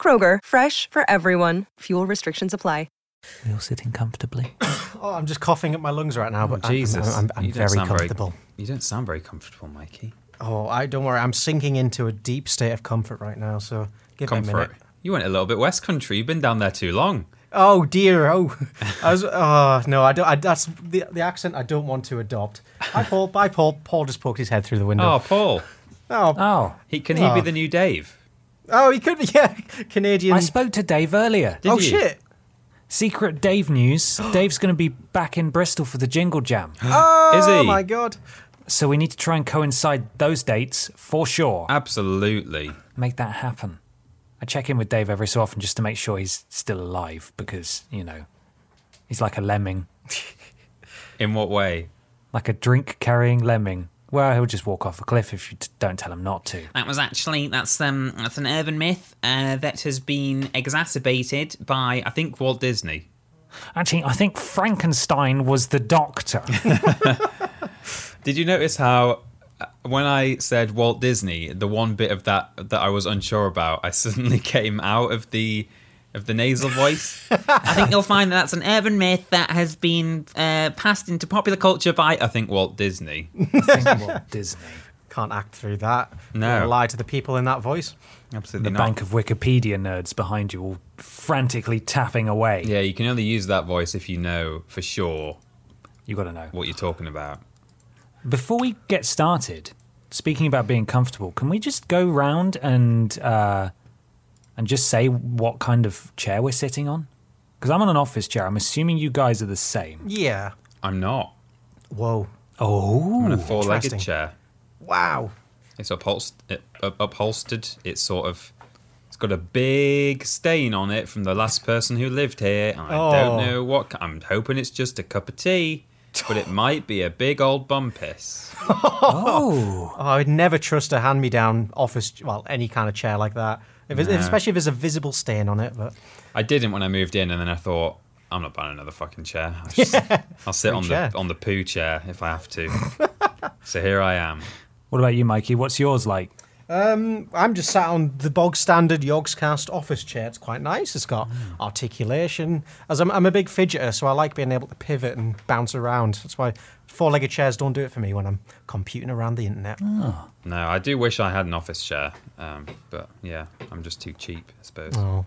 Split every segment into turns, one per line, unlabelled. Kroger, fresh for everyone. Fuel restrictions apply.
You're all sitting comfortably.
Oh, I'm just coughing at my lungs right now, but I- I'm-
Oh, Jesus,
I'm, I'm,
you don't
very
sound
comfortable.
you don't sound very comfortable, Mikey.
Oh, I don't worry. I'm sinking into a deep state of comfort right now. So give me a minute.
Comfort. You went a little bit West Country. You've been down there too long.
Oh dear. Oh, I was. Oh no. I don't. I, that's the the accent I don't want to adopt. Hi, Paul. Bye, Paul. Paul just poked his head through the
Oh,
window.
Paul.
Oh. Oh.
Oh,
He can he be the new Dave?
he could be. Yeah, Canadian.
I spoke to Dave earlier.
Did
oh
you?
shit.
Secret Dave news. Dave's going to be back in Bristol for the Jingle Jam.
Is he?
Oh my god.
So we need to try and coincide those dates for sure.
Absolutely.
Make that happen. I check in with Dave every so often just to make sure he's still alive because, you know, he's like a lemming,
In what way?
like a drink carrying lemming. Well, he'll just walk off a cliff if you t- don't tell him not to.
That was actually that's um that's an urban myth uh, that has been exacerbated by
I
I
think Walt Disney.
Actually, I think Frankenstein was the doctor.
Did you notice how uh, when I said Walt Disney, the one bit of that that I was unsure about, I suddenly came out of the of the nasal voice.
I think you'll find that that's an urban myth that has been uh, passed into popular culture by
I think Walt Disney.
I think Walt Disney.
Can't act through that.
No.
Don't Lie to the people in that voice.
Absolutely
the
not.
bank of Wikipedia nerds behind you all frantically tapping away.
Yeah, you can only use that voice if you know for sure
You got to know.
what you're talking about.
Before we get started, speaking about being comfortable, can we just go round and uh, and just say what kind of chair we're sitting on? Because I'm on an office chair. I'm assuming you guys are the same.
Yeah.
I'm not.
Whoa.
Oh,
I'm in a four-legged
interesting.
chair.
Wow.
It's upholst- it, up, upholstered. It's sort of. It's got a big stain on it from the last person who lived here. And I
Oh.
don't know what. ki- I'm hoping it's just a cup of tea, but it might be a big old bum piss.
Oh, I would never trust a hand-me-down office. Well, any kind of chair like that. If it's, Especially if there's a visible stain on it. But
I didn't when I moved in, and then I thought. I'm not buying another fucking chair. I'll, just, I'll sit on
chair.
the on the poo chair if I have to. so here I am.
what about you, Mikey? What's yours like?
I'm just sat on the bog standard Yogscast office chair. It's quite nice. It's got
Hmm.
articulation. As I'm, I'm a big fidgeter, so I like being able to pivot and bounce around. That's why four-legged chairs don't do it for me when I'm computing around the internet.
Hmm. No, I do wish I had an office chair, um, but yeah, I'm just too cheap, I suppose.
Oh.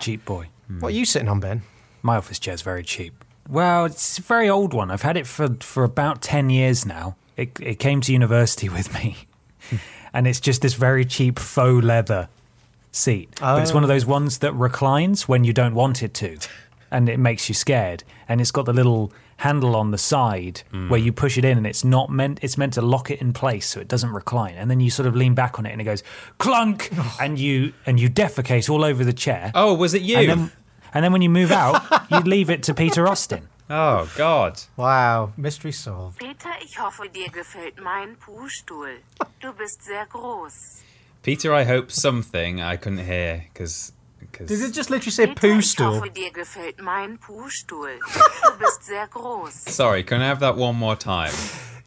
Cheap boy.
What are you sitting on, Ben?
My office chair's very cheap. Well, it's a very old one. I've had it for, for about 10 years now. It, it came to university with me. and it's just this very cheap faux leather seat. But it's one of those ones that reclines when you don't want it to. And it makes you scared. And it's got the little handle on the side where you push it in and it's not meant it's meant to lock it in place so it doesn't recline and then you sort of lean back on it and it goes clunk and you and you defecate all over the chair
Oh, was it you?
and then, and then when you move out, you leave it to Peter Austin.
Oh God.
Wow, mystery solved.
Peter, ich hoffe, dir gefällt mein Puhstuhl. Du bist sehr groß.
Peter, I hope something I couldn't hear because
Did it
because
just literally say
Peter,
poo
ich
stool?
hoffe, dir gefällt mein Puhstuhl. Du bist sehr groß.
sorry, can I have that one more time?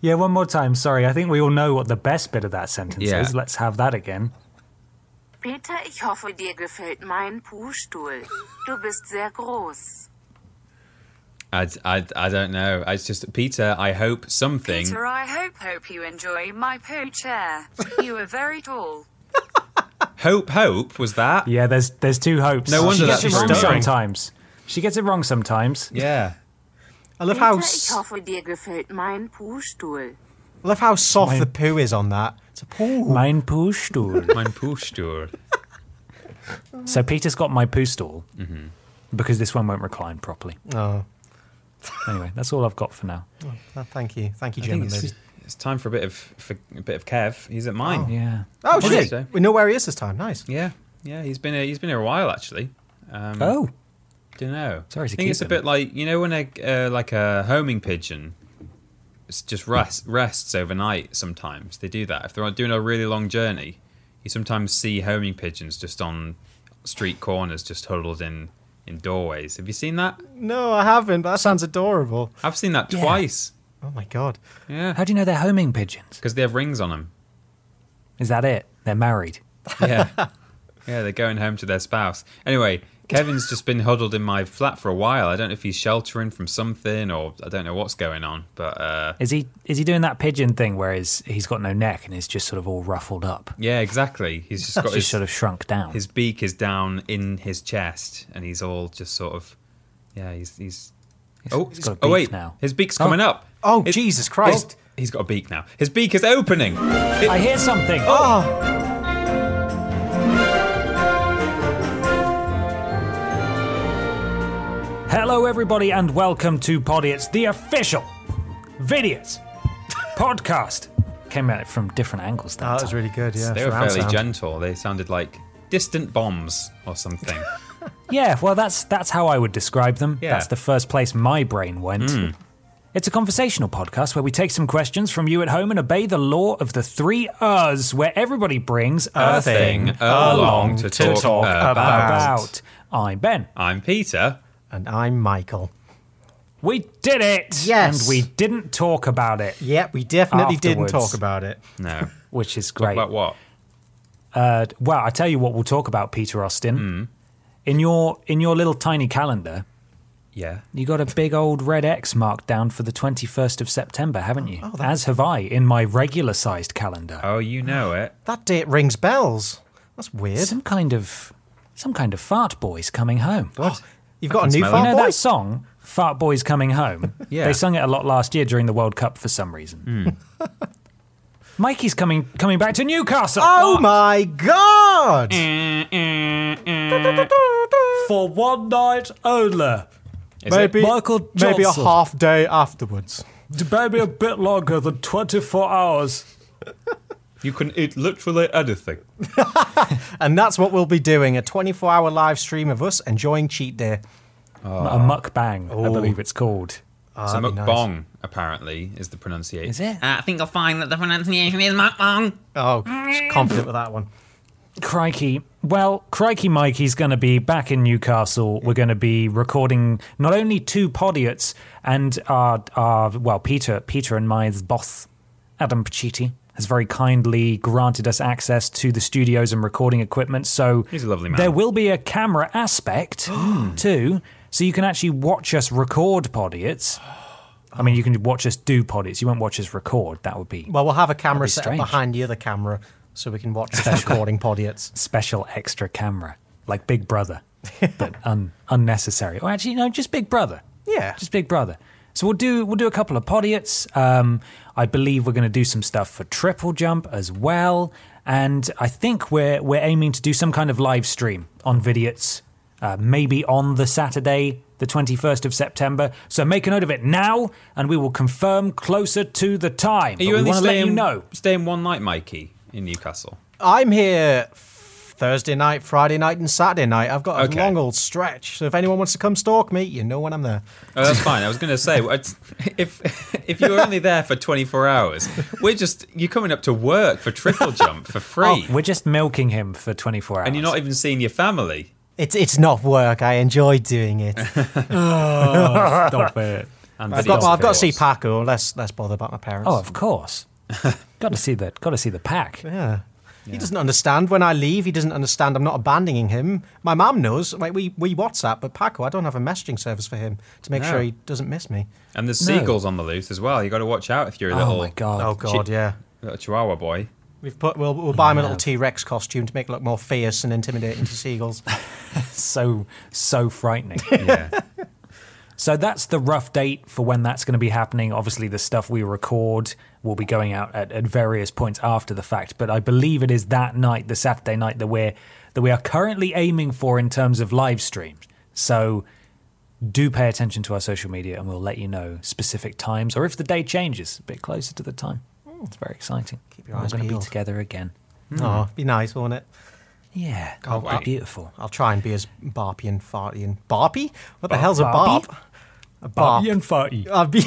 Yeah, one more time. Sorry, I think we all know what the best bit of that sentence
Yeah.
is. Let's have that again.
Peter, ich hoffe, dir gefällt mein Puhstuhl. Du bist sehr groß.
I, I, I don't know. It's just Peter. I hope something.
Peter, I hope hope you enjoy my poo chair. You are very tall.
Hope, hope was that.
Yeah, there's there's two hopes.
No wonder
she gets
that's
it wrong
frustrating.
sometimes. She gets it wrong sometimes.
Yeah.
I love how
Peter,
s-
ich hoffe, dir gefällt mein Puhstuhl.
I love how soft
Mine-
the poo is on that. It's a poo.
Mein poo stool.
Mein Pushtur.
so Peter's got my poo stool
Mm-hmm.
because this one won't recline properly.
Oh,
Anyway, that's all I've got for now.
well, thank you, thank you,
I think it's,
gentlemen.
it's time for a bit of for a bit of Kev. He's at mine.
Yeah.
Oh
Honestly.
shit! We know where he is this time. Nice.
Yeah. Yeah. He's been here, he's been here a while actually. Um,
Oh,
don't know.
Sorry to
I think
keep
it's a
them.
bit like you know when a uh, like a homing pigeon, it's just rest, rests overnight. Sometimes they do that if they're doing a really long journey. You sometimes see homing pigeons just on street corners, just huddled in in doorways. Have you seen that?
No, I haven't. But that sounds adorable.
I've seen that
Yeah.
twice.
Oh my god.
Yeah,
how do you know they're homing pigeons?
because they have rings on them.
Is that it? They're married.
Yeah, yeah, they're going home to their spouse. Anyway, Kevin's just been huddled in my flat for a while. I don't know if he's sheltering from something or I don't know what's going on, but. uh
Is he is he doing that pigeon thing where he's, he's got no neck and he's just sort of all ruffled up?
Yeah, exactly. He's just got
Just
his
sort of shrunk down.
his beak is down in his chest, and he's all just sort of, yeah, he's he's. oh,
he's got a
oh
beak
wait,
now.
his beak's coming up.
Oh,
His-
Jesus Christ.
his- he's got a beak now. His beak is opening. It-
I hear something.
Oh,
Hello, everybody, and welcome to Podiots, the official Vidiots podcast. Came at it from different angles that
Ah, that
time.
was Oh, really good. Yeah,
they were
surround
fairly
sound.
gentle. They sounded like distant bombs or something.
Yeah, well, that's that's how I would describe them.
Yeah.
That's the first place my brain went. It's a conversational podcast where we take some questions from you at home and obey the law of the three Rs, where everybody brings a
thing along to talk
about. I'm Ben.
I'm Peter.
And I'm Michael.
We did it!
Yes.
And we didn't talk about it,
Yep, we definitely didn't
Afterwards.
talk about it.
No,
which is great.
about what?
Uh, well, I tell you what, we'll talk about Peter Austin.
Hmm.
In your in your little tiny calendar,
Yeah.
you got a big old red X marked down for the twenty first of September, haven't you?
Oh,
As have I in my regular sized calendar.
Oh, you know it.
That date rings bells. That's weird.
Some kind of some kind of fart boys coming home.
What? You've got a new
smell it.
You
fart
know
boy?
that song, Fart Boys Coming Home?
Yeah.
They sung it a lot last year during the World Cup for some reason.
Hmm.
Mikey's coming coming back to Newcastle.
Oh my god!
For one night only.
Is
Maybe
it?
Michael
maybe a
Johnson.
half day afterwards.
Maybe a bit longer than 24 hours.
You can eat literally anything.
And that's what we'll be doing a 24 hour live stream of us enjoying cheat day.
a mukbang, I believe it's called.
so
that'd be nice.
mukbang apparently is the pronunciation.
Is it?
Uh, I think you'll find that the pronunciation is mukbang.
Oh, she's confident with that one.
Crikey. Well, Crikey Mikey's going to be back in Newcastle. We're going to be recording not only two podiots and our, our well, Peter, Peter and my boss, Adam Pacitti, has very kindly granted us access to the studios and recording equipment. So
He's a lovely man.
There will be a camera aspect too, so you can actually watch us record podiots. I mean, you can watch us do podiots. You won't watch us record. That would be
Well, we'll have a camera
be
set up
strange.
behind the other camera so we can watch the recording podiots.
special extra camera, like Big Brother, but un- unnecessary. Or actually, no, just Big Brother.
Yeah.
just Big Brother. So we'll do we'll do a couple of podiots. Um, I believe we're going to do some stuff for Triple Jump as well, and I think we're we're aiming to do some kind of live stream on Vidiots, uh, maybe on the Saturday. The 21st of September. So make a note of it now, and we will confirm closer to the time.
Are you
but we
only
want to let
staying,
you know.
staying one night, Mikey, in Newcastle?
I'm here Thursday night, Friday night, and Saturday night. I've got a
Okay.
long old stretch. So if anyone wants to come stalk me, you know when I'm there.
Oh, that's fine. I was going to say, what- if if you were only there for 24 hours, we're just you're coming up to work for triple jump for free,
We're just milking him for 24 hours.
and you're not even seeing your family.
It's it's not work. I enjoy doing it.
Stop it.
And
I've
video
got well, I've got to see
calls.
Paco. Less less bother about my parents.
Oh, of course. got to see the got to see the pack.
Yeah. He doesn't understand when I leave. He doesn't understand I'm not abandoning him. My mum knows. Like we we WhatsApp, but Paco, I don't have a messaging service for him to make
No.
sure he doesn't miss me.
and there's
No.
seagulls on the loose as well. You got to watch out if you're a
Oh
little
my god.
Oh God,
shit.
yeah.
little Chihuahua boy.
We've put we'll, we'll buy him a little T Rex costume to make it look more fierce and intimidating to seagulls.
So so frightening.
Yeah,
so that's the rough date for when that's going to be happening. Obviously, the stuff we record will be going out at, at various points after the fact, but I believe it is that night, the Saturday night that we're that we are currently aiming for in terms of live streams. So do pay attention to our social media and we'll let you know specific times or if the day changes a bit closer to the time. It's very exciting.
Hmm. Keep your
We're
eyes
going to be
peeled.
together again.
Oh, be nice, won't it?
Yeah, that would
wait.
be beautiful.
I'll try and be as barpy and farty and barpy. What the hell's a
barpy?
barp? A barp.
Barpy and farty.
I'll be.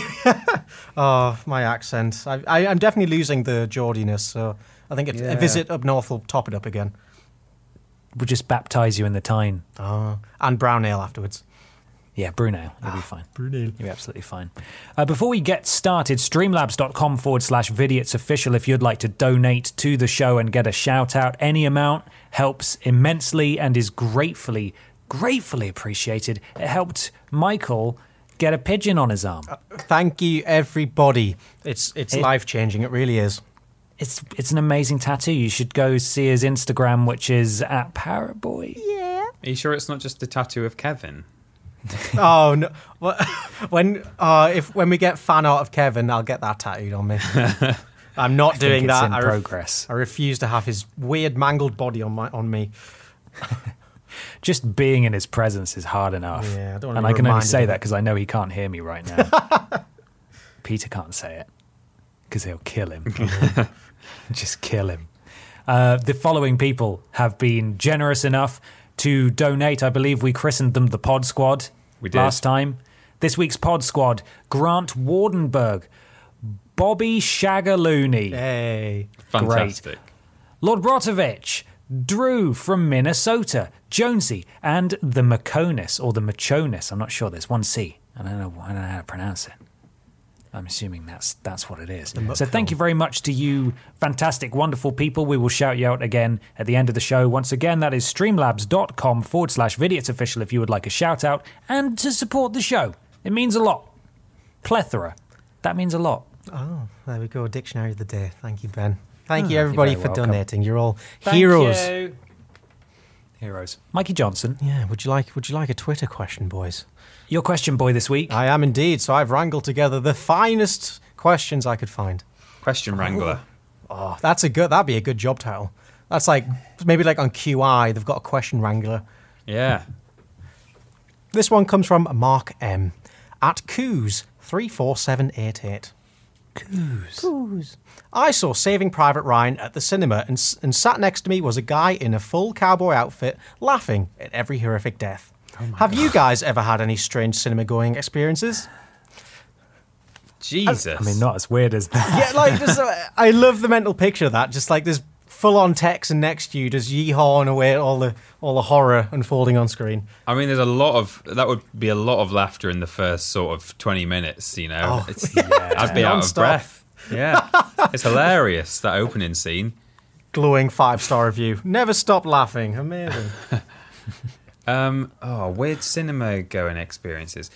oh, my accent. I, I, I'm definitely losing the Geordiness, so I think a-
Yeah.
a visit up north will top it up again.
We'll just baptize you in the Tyne.
Oh, and brown ale afterwards.
Yeah, Bruno, you'll be fine.
Brown ale.
You're absolutely fine. Uh, before we get started, streamlabs.com forward slash vidiots official if you'd like to donate to the show and get a shout out. Any amount helps immensely and is gratefully, gratefully appreciated. It helped Michael get a pigeon on his arm.
Thank you, everybody. It's it's
It-
life changing. It really is.
It's it's an amazing tattoo. You should go see his Instagram, which is at Paraboy.
Are you sure it's not just a tattoo of Kevin?
Oh no! Well, When uh, if when we get fan art of Kevin, I'll get that tattooed on me. I'm not
think
doing
it's
that.
in
I ref-
progress.
I refuse to have his weird mangled body on my on me.
Just being in his presence is hard enough.
Yeah, I don't wanna
and
be
I can only
reminded
say
of
that
it.
because I know he can't hear me right now. Peter can't say it because he'll kill him. Just kill him. Uh, the following people have been generous enough to donate. I believe we christened them the Pod Squad
We did.
last time. This week's Pod Squad Grant Wardenberg, Bobby Shagalooney.
Hey,
Fantastic.
Lord Brotovich, Drew from Minnesota, Jonesy, and the Maconis or the Machonis. I'm not sure. There's one C. I don't know. I don't know how to pronounce it. I'm assuming that's that's what it is. So thank you very much to you, fantastic, wonderful people. We will shout you out again at the end of the show. Once again, that is streamlabs.com forward slash vidiots official if you would like a shout out and to support the show. It means a lot. Plethora. That means a lot.
there we go. Dictionary of the day. Thank you, Ben. Thank you, everybody,
Ah, very
for
welcome.
donating. You're all heroes.
Heroes. Mikey Johnson,
Yeah. Would you like Would you like a Twitter question, boys?
your question boy this week.
I am indeed. So I've wrangled together the finest questions I could find.
Question Wrangler.
Oh, that's a good. That'd be a good job title. That's like maybe like on QI. They've got a question wrangler.
Yeah.
This one comes from Mark M. at Coos three four seven eight eight. Coos. I saw Saving Private Ryan at the cinema, and, s- and sat next to me was a guy in a full cowboy outfit, laughing at every horrific death. Have you guys ever had any strange cinema-going experiences?
Jesus.
I mean, not as weird as that.
Yeah, like just, uh, I love the mental picture of that. Just like this full-on Texan next to you, just yeehawing away at all the all the horror unfolding on screen.
I mean, there's a lot of that would be a lot of laughter in the first sort of 20 minutes. You know, it's, I'd be out of
nonstop.
breath. Yeah, it's hilarious that opening scene.
Glowing five-star review. Never stop laughing. Amazing.
Um, oh, weird cinema going experiences.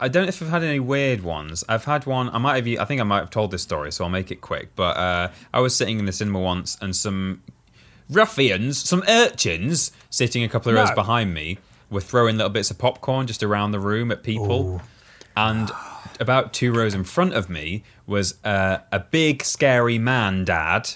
I don't know if I've had any weird ones. I've had one. I might have. I think I might have told this story, so I'll make it quick. But uh, I was sitting in the cinema once, and some ruffians, some urchins, sitting a couple of rows
No.
behind me, were throwing little bits of popcorn just around the room at people. And about two rows in front of me was uh, a big, scary man, dad,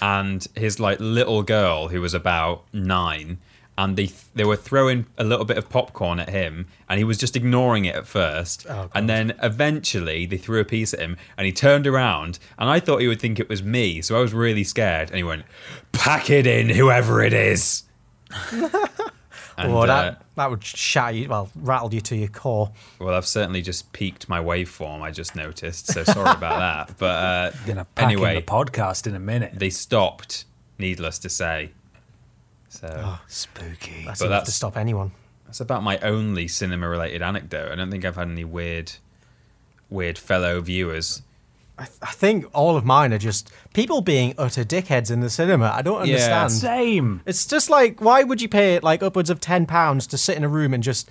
and his like little girl who was about nine. And they they were throwing a little bit of popcorn at him, and he was just ignoring it at first.
Oh,
and then eventually they threw a piece at him, and he turned around, and I thought he would think it was me, so I was really scared. And he went, "Pack it in, whoever it is." and,
well, that,
uh,
that would shatter you, well, rattle you to your core.
Well, I've certainly just peaked my waveform. I just noticed, so sorry about that. But uh,
gonna pack in
anyway,
the podcast in a minute.
they stopped. Needless to say, so
Ah. Spooky.
That's
But
enough to
that's-
stop anyone.
that's about my only cinema-related anecdote. I don't think I've had any weird, weird fellow viewers.
I think all of mine are just people being utter dickheads in the cinema. I don't
Yeah.
understand.
Same.
It's just like, why would you pay like upwards of ten pounds to sit in a room and just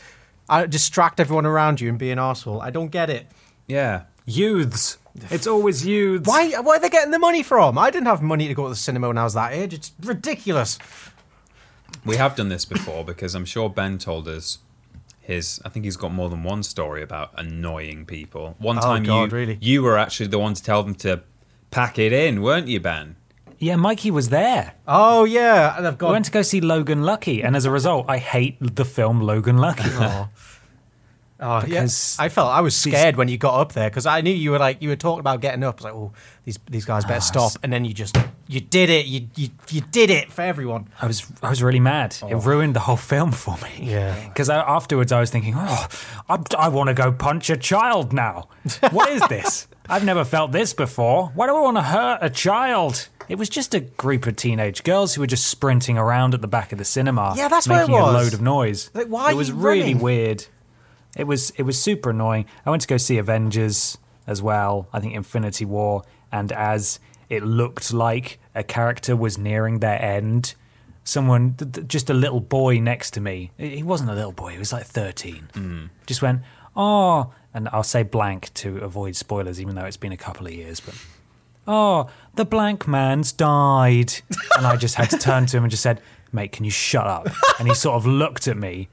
uh, distract everyone around you and be an arsehole? I don't get it.
Yeah,
Youths. It's always youths.
Why? Where are they getting the money from? I didn't have money to go to the cinema when I was that age. It's ridiculous.
we have done this before because I'm sure Ben told us his. I think he's got more than one story about annoying people. One
Oh,
time,
God,
you
really?
you were actually the one to tell them to pack it in, weren't you, Ben?
Yeah, Mikey was there.
Oh yeah, and I've
I
got.
Oh, went to go see Logan Lucky, and as a result, I hate the film Logan Lucky.
Aw.
Oh,
Yeah,
because
I felt I was scared when you got up there because I knew you were like you were talking about getting up. I was like, oh, these these guys better stop. And then you just you did it. You you, you did it for everyone.
I was I was really mad. It ruined the whole film for me.
Oh. Yeah.
Because afterwards I was thinking, oh, I, I want to go punch a child now. What is this? I've never felt this before. Why do I want to hurt a child? It was just a group of teenage girls who were just sprinting around at the back of the cinema.
Yeah, that's what it
making a
was.
load of noise.
Like, why
It
are
was
you
really
running?
weird. It was it was super annoying. I went to go see Avengers as well. I think Infinity War, and as it looked like a character was nearing their end, someone th- th- just a little boy next to me. He he wasn't a little boy. He was like thirteen. Just went oh, and I'll say blank to avoid spoilers, even though it's been a couple of years, but. Oh, the blank man's died. And I just had to turn to him and just said, Mate, can you shut up? And he sort of looked at me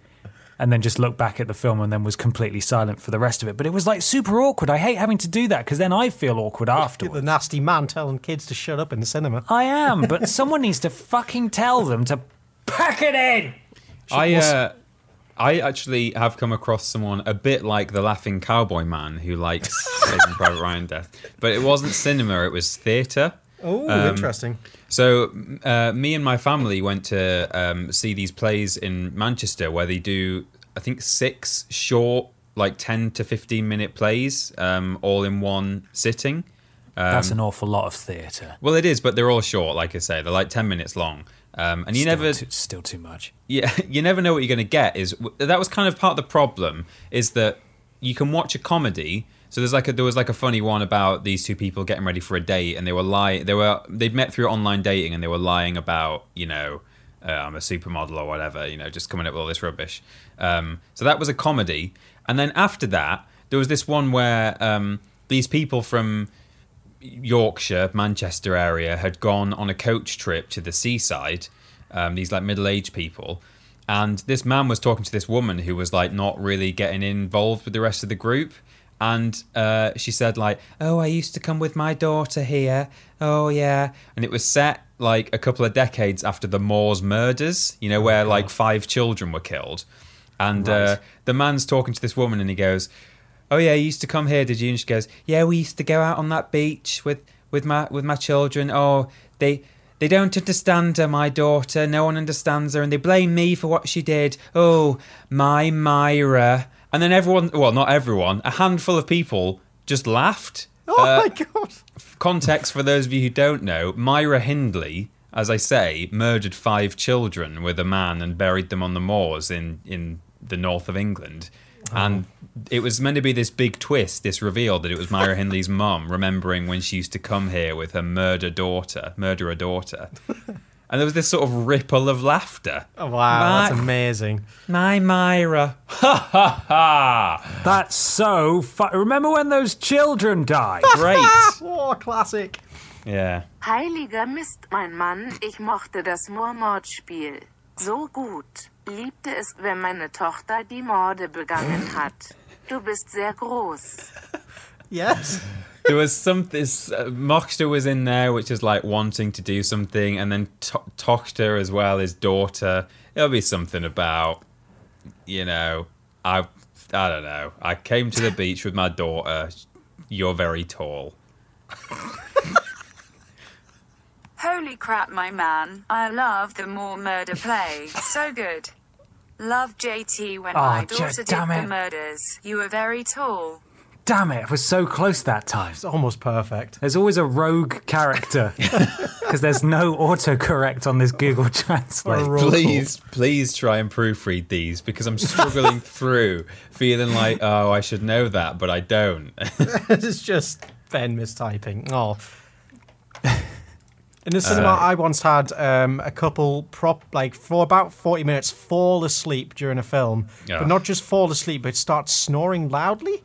and then just looked back at the film and then was completely silent for the rest of it. But it was like super awkward. I hate having to do that because then I feel awkward
The
afterwards.
nasty man telling kids to shut up in the cinema.
I am, but someone needs to fucking tell them to pack it in.
I uh, I actually have come across someone a bit like the laughing cowboy man who likes Saving Private Ryan death, but it wasn't cinema; it was theatre.
Oh, interesting.
So, uh, me and my family went to um, see these plays in Manchester where they do, I think, six short, like 10 to 15 minute plays um, all in one sitting.
That's an awful lot of theatre.
Well, it is, but they're all short, like I say. They're like 10 minutes long. Um, and you
Still
never
too, still too much.
yeah, you never know what you're going to get. Is that was kind of part of the problem is that you can watch a comedy. So there's like a, there was like a funny one about these two people getting ready for a date, and they were lying. They were they'd met through online dating, and they were lying about you know uh, I'm a supermodel or whatever. You know, just coming up with all this rubbish. Um, so that was a comedy, and then after that there was this one where um, these people from Yorkshire, Manchester area had gone on a coach trip to the seaside. Um, these like middle aged people. And this man was talking to this woman who was like not really getting involved with the rest of the group. And uh, she said, like, oh, I used to come with my daughter here. Oh, yeah. And it was set like a couple of decades after the Moors murders, you know, where like five children were killed. And uh, the man's talking to this woman and he goes, oh yeah, you used to come here, did you? And she goes, yeah, we used to go out on that beach with with my with my children. Oh, they they don't understand her, my daughter. No one understands her, and they blame me for what she did. Oh, my Myra. And then everyone, well, not everyone, a handful of people just laughed.
Oh my
Uh,
god.
context for those of you who don't know, Myra Hindley, as I say, murdered five children with a man and buried them on the moors in, in the north of England. And it was meant to be this big twist, this reveal that it was Myra Hindley's mum remembering when she used to come here with her murder daughter, murderer daughter. And there was this sort of ripple of laughter.
Oh, Wow, that's
My-
amazing.
My Myra. Ha ha ha.
That's so fu- Remember when those children died?
Great.
Oh, classic.
Yeah.
Heiliger Mist, mein Mann, ich mochte das Moormordspiel. So gut. Liebte es, wenn meine Tochter die Morde begangen hat. Du bist sehr groß.
Yes.
there was something. Uh, Mockster was in there, which is like wanting to do something, and then to- Tochter as well, his daughter. It'll be something about, you know, I, I don't know. I came to the beach with my daughter. You're very tall.
Holy crap, my man. I love the more murder play. So good. Love JT when
Aw,
my
Oh, J-
daughter did
damn
the
it.
murders. You were very tall.
Damn it, I was so close that time.
It's almost perfect.
There's always a rogue character because there's no autocorrect on this Google Translate.
Roll call.
Please, please try and proofread these because I'm struggling through, feeling like, oh, I should know that, but I don't.
This is just Ben mistyping. Oh. In the
Uh,
cinema, I once had um, a couple prop like for about forty minutes fall asleep during a film,
Yeah.
but not just fall asleep, but start snoring loudly.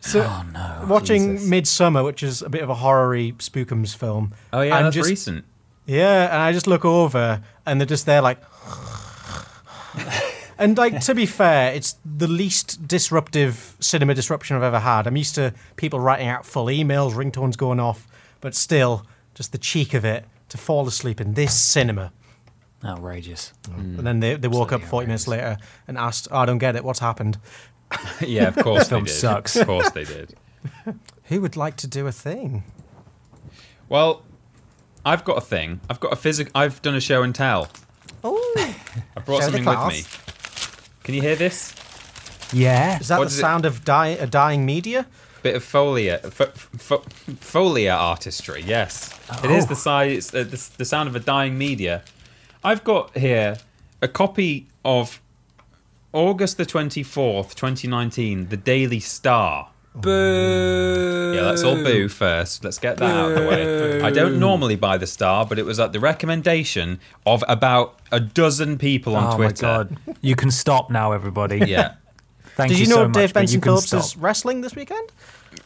So, oh no! Watching
Jesus.
Midsummer, which is a bit of a horror-y spookums film.
Oh yeah,
and
that's
just,
recent.
Yeah, and I just look over and they're just there like And like to be fair, it's the least disruptive cinema disruption I've ever had. I'm used to people writing out full emails, ringtones going off, but still just the cheek of it to fall asleep in this cinema.
Outrageous.
Mm.
And then they, they woke up 40 minutes later and asked, oh, I don't get it, what's happened?
yeah, of course they
film
did.
sucks.
Of course they did.
Who would like to do a thing?
Well, I've got a thing. I've got a physic. I've done a show and tell.
Oh,
I brought
Show the
something with
class.
me. Can you hear this?
Yeah.
is that
What
the
is it?
sound of di- a dying media?
Bit of folia, fo- fo- folia artistry. Yes, it is
Oh.
the size, uh, the, the sound of a dying media. I've got here a copy of August the twenty fourth, twenty nineteen, the Daily Star.
Boo.
Yeah, let's all boo first. Let's get that out of the way. I don't normally buy the Star, but it was at the recommendation of about a dozen people on
Oh
Twitter.
my god. You can stop now, everybody.
Yeah.
Thank
Did you,
you,
know
so much,
Dave
but you
Benson
can
Phillips
stop.
is wrestling this weekend?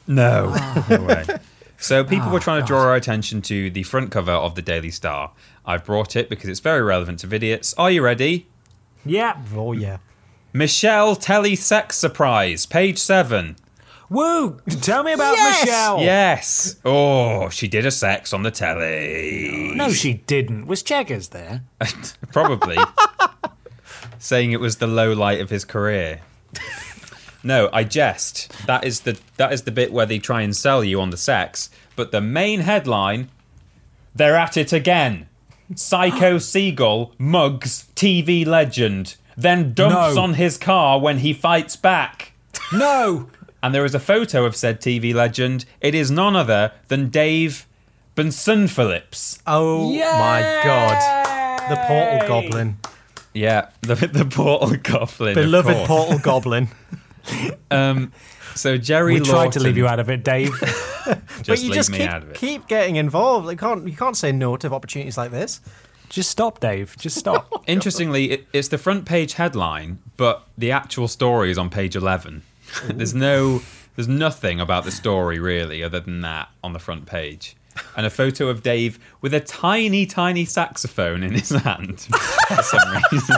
No. No way. Oh, So people were trying to draw our attention to the front cover of the Daily Star. I've brought it because it's very relevant to vidiots. Are you ready?
Yeah.
Oh yeah.
Michelle Telly sex surprise, page seven.
Woo! Tell me about
Yes!
Michelle.
Yes. Oh, she did a sex on the telly.
No, she didn't. Was Checkers there?
Probably. saying it was the low light of his career. No, I jest. That is the that is the bit where they try and sell you on the sex, but the main headline They're at it again. Psycho Seagull mugs TV legend, then dumps
No.
on his car when he fights back.
No.
And there is a photo of said TV legend. It is none other than Dave Benson Phillips.
Oh my god. The portal goblin.
Yeah, the, the portal goblin. of
Beloved
course.
portal goblin.
Um, so Jerry
We tried to
Lawton-
leave you out of it, Dave.
Just
but you
leave
just
me
keep,
out of it.
keep getting involved. You can't you can't say no to opportunities like this.
Just stop, Dave. Just stop.
Interestingly, it, it's the front page headline, but the actual story is on page eleven. there's no, there's nothing about the story really, other than that on the front page, and a photo of Dave with a tiny, tiny saxophone in his hand. for some reason.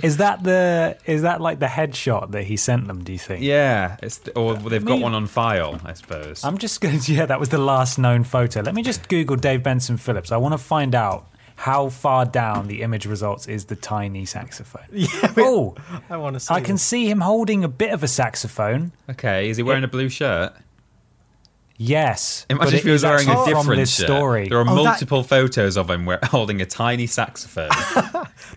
Is that the is that like the headshot that he sent them, do you think?
Yeah, it's or they've got
mean-
one on file, I suppose.
I'm just going to, yeah, that was the last known photo. Let me just Google Dave Benson Phillips. I want to find out how far down the image results is the tiny saxophone. oh,
I want to see.
I can
this.
see him holding a bit of a saxophone.
okay, is he wearing a blue shirt?
Yes.
It might
but
just be
is
wearing a
actually
different
from this
shirt.
story.
There are
Oh, that-
multiple photos of him wear- holding a tiny saxophone.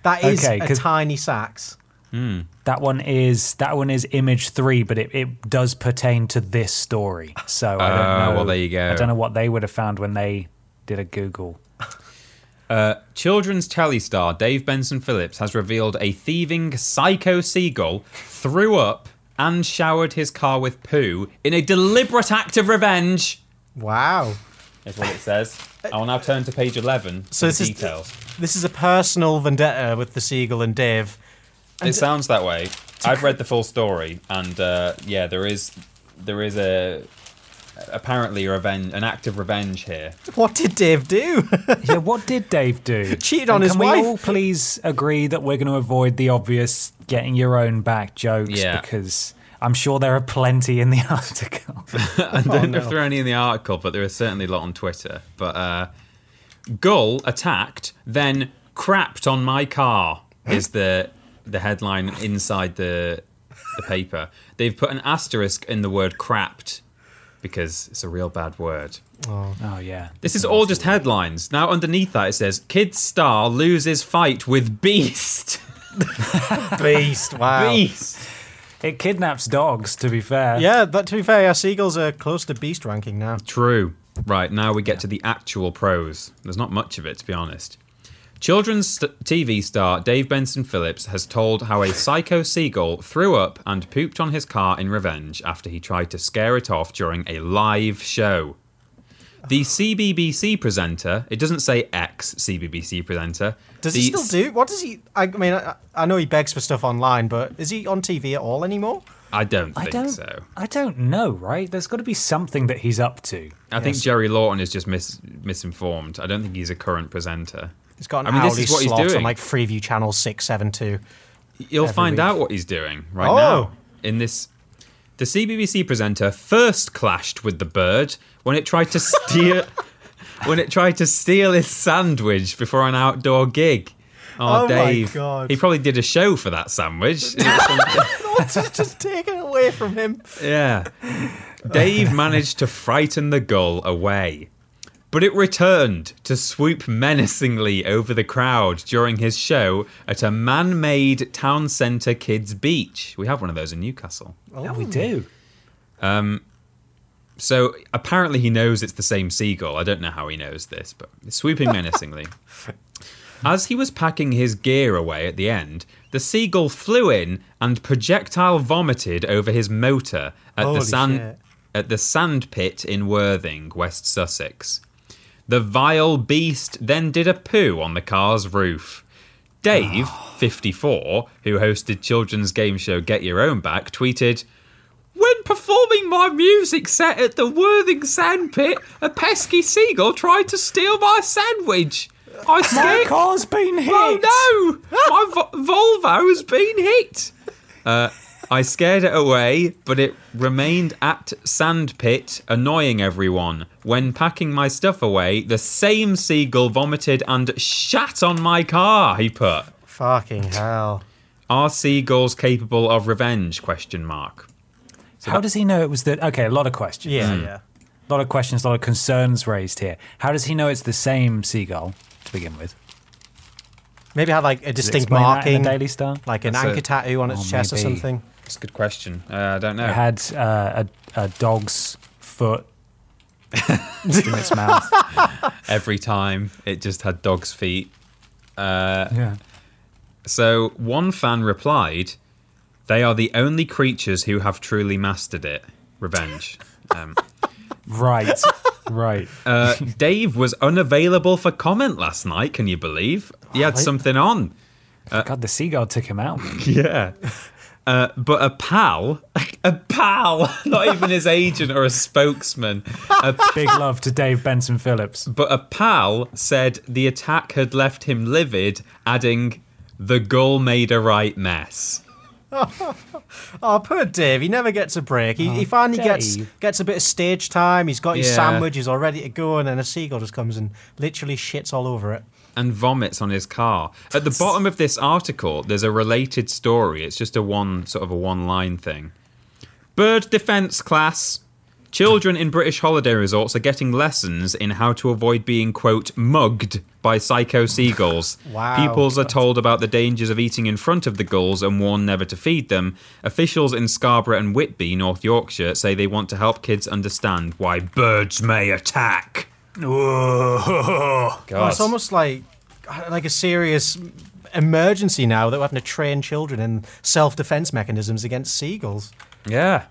that is
Okay,
a
'cause-
tiny sax.
That one is that one is image three, but it, it does pertain to this story. So I
Ah,
don't know.
well, there you go.
I don't know what they would have found when they did a Google.
Children's telly star Dave Benson Phillips has revealed a thieving psycho seagull threw up and showered his car with poo in a deliberate act of revenge.
Wow.
Is what it says. I will now turn to page eleven.
So
So
this
the
is-
details.
This is a personal vendetta with the seagull and Dave.
it sounds that way. I've read the full story, and uh, yeah, there is there is a apparently a revenge, an act of revenge here.
What did Dave do?
Yeah, what did Dave do?
Cheated on his
can
wife.
Can we all please agree that we're going to avoid the obvious getting your own back jokes
Yeah.
because I'm sure there are plenty in the article.
I don't know if there are any in the article, but there is certainly a lot on Twitter. But uh, Gull attacked, then crapped on my car is the the headline inside the the paper. They've put an asterisk in the word crapped because it's a real bad word.
oh yeah.
This is all just headlines. Now underneath that it says Kid Star loses fight with Beast.
Beast. Wow.
Beast.
It kidnaps dogs. To be fair.
Yeah, but to be fair, our seagulls are close to beast ranking now.
True. Right, now we get to the actual prose. There's not much of it, to be honest. Children's st- TV star Dave Benson Phillips has told how a psycho seagull threw up and pooped on his car in revenge after he tried to scare it off during a live show. The CBBC presenter, it doesn't say ex CBBC presenter.
Does
the
he still do? What does he? I mean, I, I know he begs for stuff online, but is he on TV at all anymore?
I don't
I
think
don't.
so.
I don't know. Right? There's got to be something that he's up to.
I think Jerry Lawton is just mis- misinformed. I don't think he's a current presenter.
He's got an
I mean, this
hourly
is what he's
slot on
doing.
like Freeview Channel six seven two.
You'll find
week.
out what he's doing right
Oh.
now. In this, the CBBC presenter first clashed with the bird when it tried to steal when it tried to steal his sandwich before an outdoor gig.
Oh
Oh,
my
Dave.
God.
He probably did a show for that sandwich.
just, just take it away from him.
yeah. Dave managed to frighten the gull away, but it returned to swoop menacingly over the crowd during his show at a man made town centre kids' beach. We have one of those in Newcastle.
Yeah, we do.
So apparently he knows it's the same seagull. I don't know how he knows this, but it's swooping menacingly. As he was packing his gear away at the end, the seagull flew in and projectile vomited over his motor at
Holy
the sand
shit.
at the sand pit in Worthing, West Sussex. The vile beast then did a poo on the car's roof. Dave, 54, who hosted children's game show Get Your Own Back, tweeted, when performing my music set at the Worthing Sandpit, a pesky seagull tried to steal my sandwich. I
My
Oh.
scared.
car's been hit.
Oh no! My vo- Volvo has been hit. Uh, I scared it away, but it remained at Sandpit, annoying everyone. When packing my stuff away, the same seagull vomited and shat on my car. He put.
Fucking hell.
Are seagulls capable of revenge? Question mark.
How does he know it was the? Okay, a lot of questions.
Yeah,
Hmm.
yeah.
a lot of questions, a lot of concerns raised here. How does he know it's the same seagull to begin with?
Maybe had like a
Does it
distinct
explain that in
marking,
the Daily Star.
like an
That's oh,
anchor
it.
tattoo on its
Or
chest
maybe-
or something.
That's a good question. Uh, I don't know.
It had uh, a, a dog's foot in its mouth.
every time. It just had dog's feet.
Yeah.
So one fan replied, "They are the only creatures who have truly mastered it." Revenge. Um,
Right. Right.
uh, Dave was unavailable for comment last night. Can you believe he had something on?
God, the seagull took him out.
Yeah. Uh, but a pal, a pal, not even his agent or a spokesman, a
Big love to Dave Benson Phillips.
But a pal said the attack had left him livid, adding, The gull made a right mess.
Oh, poor Dave. He never gets a break. He, he finally gets
Dave.
gets a bit of stage time. He's got his
Yeah.
sandwich. He's all ready to go, and then a seagull just comes and literally shits all over it.
And vomits on his car. At the bottom of this article, there's a related story. It's just a one, sort of a one line thing. Bird defense class. Children in British holiday resorts are getting lessons in how to avoid being, quote, mugged by psycho seagulls.
Wow.
Pupils are told about the dangers of eating in front of the gulls and warned never to feed them. Officials in Scarborough and Whitby, North Yorkshire, say they want to help kids understand why birds may attack.
Oh,
God.
it's almost like like a serious emergency now that we're having to train children in self defense mechanisms against seagulls.
Yeah.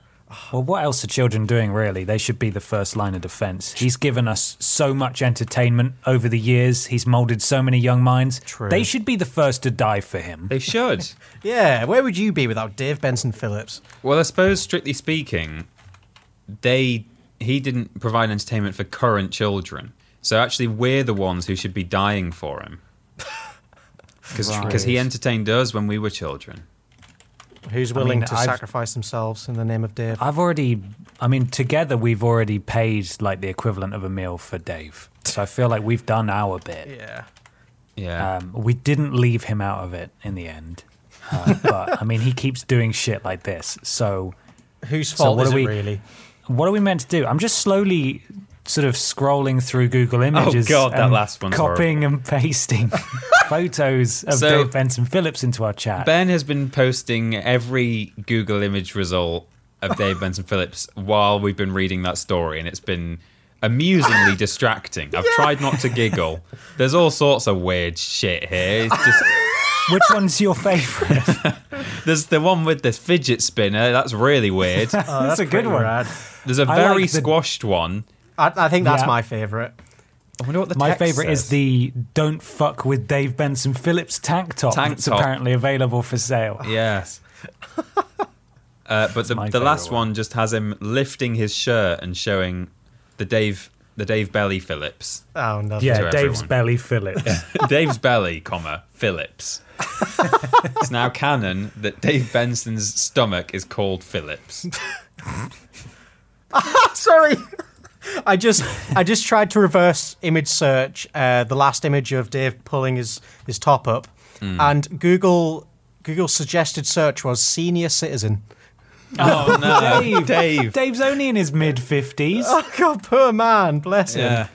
Well, what else are children doing, really? They should be the first line of defense. He's given us so much entertainment over the years, he's molded so many young minds.
True.
They should be the first to die for him.
They should.
Yeah, where would you be without Dave Benson Phillips?
Well, I suppose strictly speaking, they he didn't provide entertainment for current children. So actually, we're the ones who should be dying for him because he entertained us when we were children.
Who's willing
mean,
to
I've-
sacrifice themselves in the name of Dave?
I've already, I mean, together we've already paid like the equivalent of a meal for Dave. So I feel like we've done our bit.
yeah.
Yeah,
Um, we didn't leave him out of it in the end. Uh, but I mean, he keeps doing shit like this. So
Whose
So
fault
what
is
are we-
it really?
what are we meant to do? I'm just slowly sort of scrolling through Google Images.
Oh, God, that
and
last one's
Copying and pasting photos of
So-
Dave Benson Phillips into our chat.
Ben has been posting every Google image result of Dave Benson Phillips while we've been reading that story, and it's been amusingly distracting. I've tried not to giggle. There's all sorts of weird shit here. It's just.
Which one's your favorite?
There's the one with the fidget spinner. That's really weird.
that's, a good one.
There's a
I
very
like the-
squashed one.
I, I think that's
Yeah.
my favourite.
I wonder what the
My
text
favorite is
says.
the "Don't fuck with Dave Benson Phillips" tank top.
Tank
that's
top.
apparently available for sale.
yes. Uh, but the,
my
the last
favourite
one just has him lifting his shirt and showing the Dave the Dave Belly Phillips.
Oh, no.
Yeah,
To
Dave's
everyone.
belly Phillips.
Dave's belly, comma Phillips. it's now canon that Dave Benson's stomach is called Phillips.
Sorry. I just I just tried to reverse image search uh, the last image of Dave pulling his his top up, and Google Google suggested search was senior citizen.
Oh no,
Dave.
Dave.
Dave's only in his mid 50s.
Oh God, poor man, bless him.
Yeah.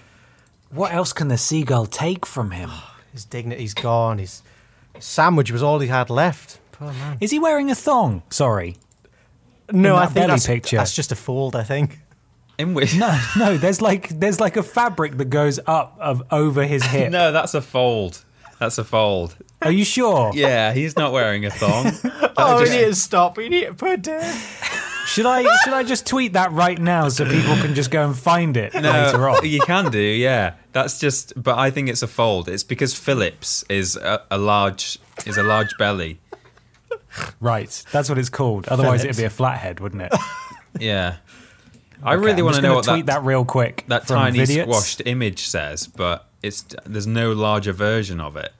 What else can the seagull take from him?
His dignity's gone. His sandwich was all he had left. Poor man.
Is he wearing a thong? Sorry.
No,
that
I think
belly
that's,
picture.
that's just a fold. I think.
In which?
No, no, there's like there's like a fabric that goes up of over his hip.
No, that's a fold. That's a fold.
Are you sure?
Yeah, he's not wearing a thong.
Oh, we need to stop. We need to put down.
Should I should I just tweet that right now so people can just go and find it later on?
you can do, yeah. That's just, but I think it's a fold. It's because Phillips is a, a large is a large belly.
Right. That's what it's called. Otherwise
Phillips.
it'd be a flathead, wouldn't it?
Yeah, I
Okay,
really
I'm
want
just
to know
gonna
what
tweet
that
that, real quick.
that
from
tiny
Vidiots.
squashed image says, but it's there's no larger version of it.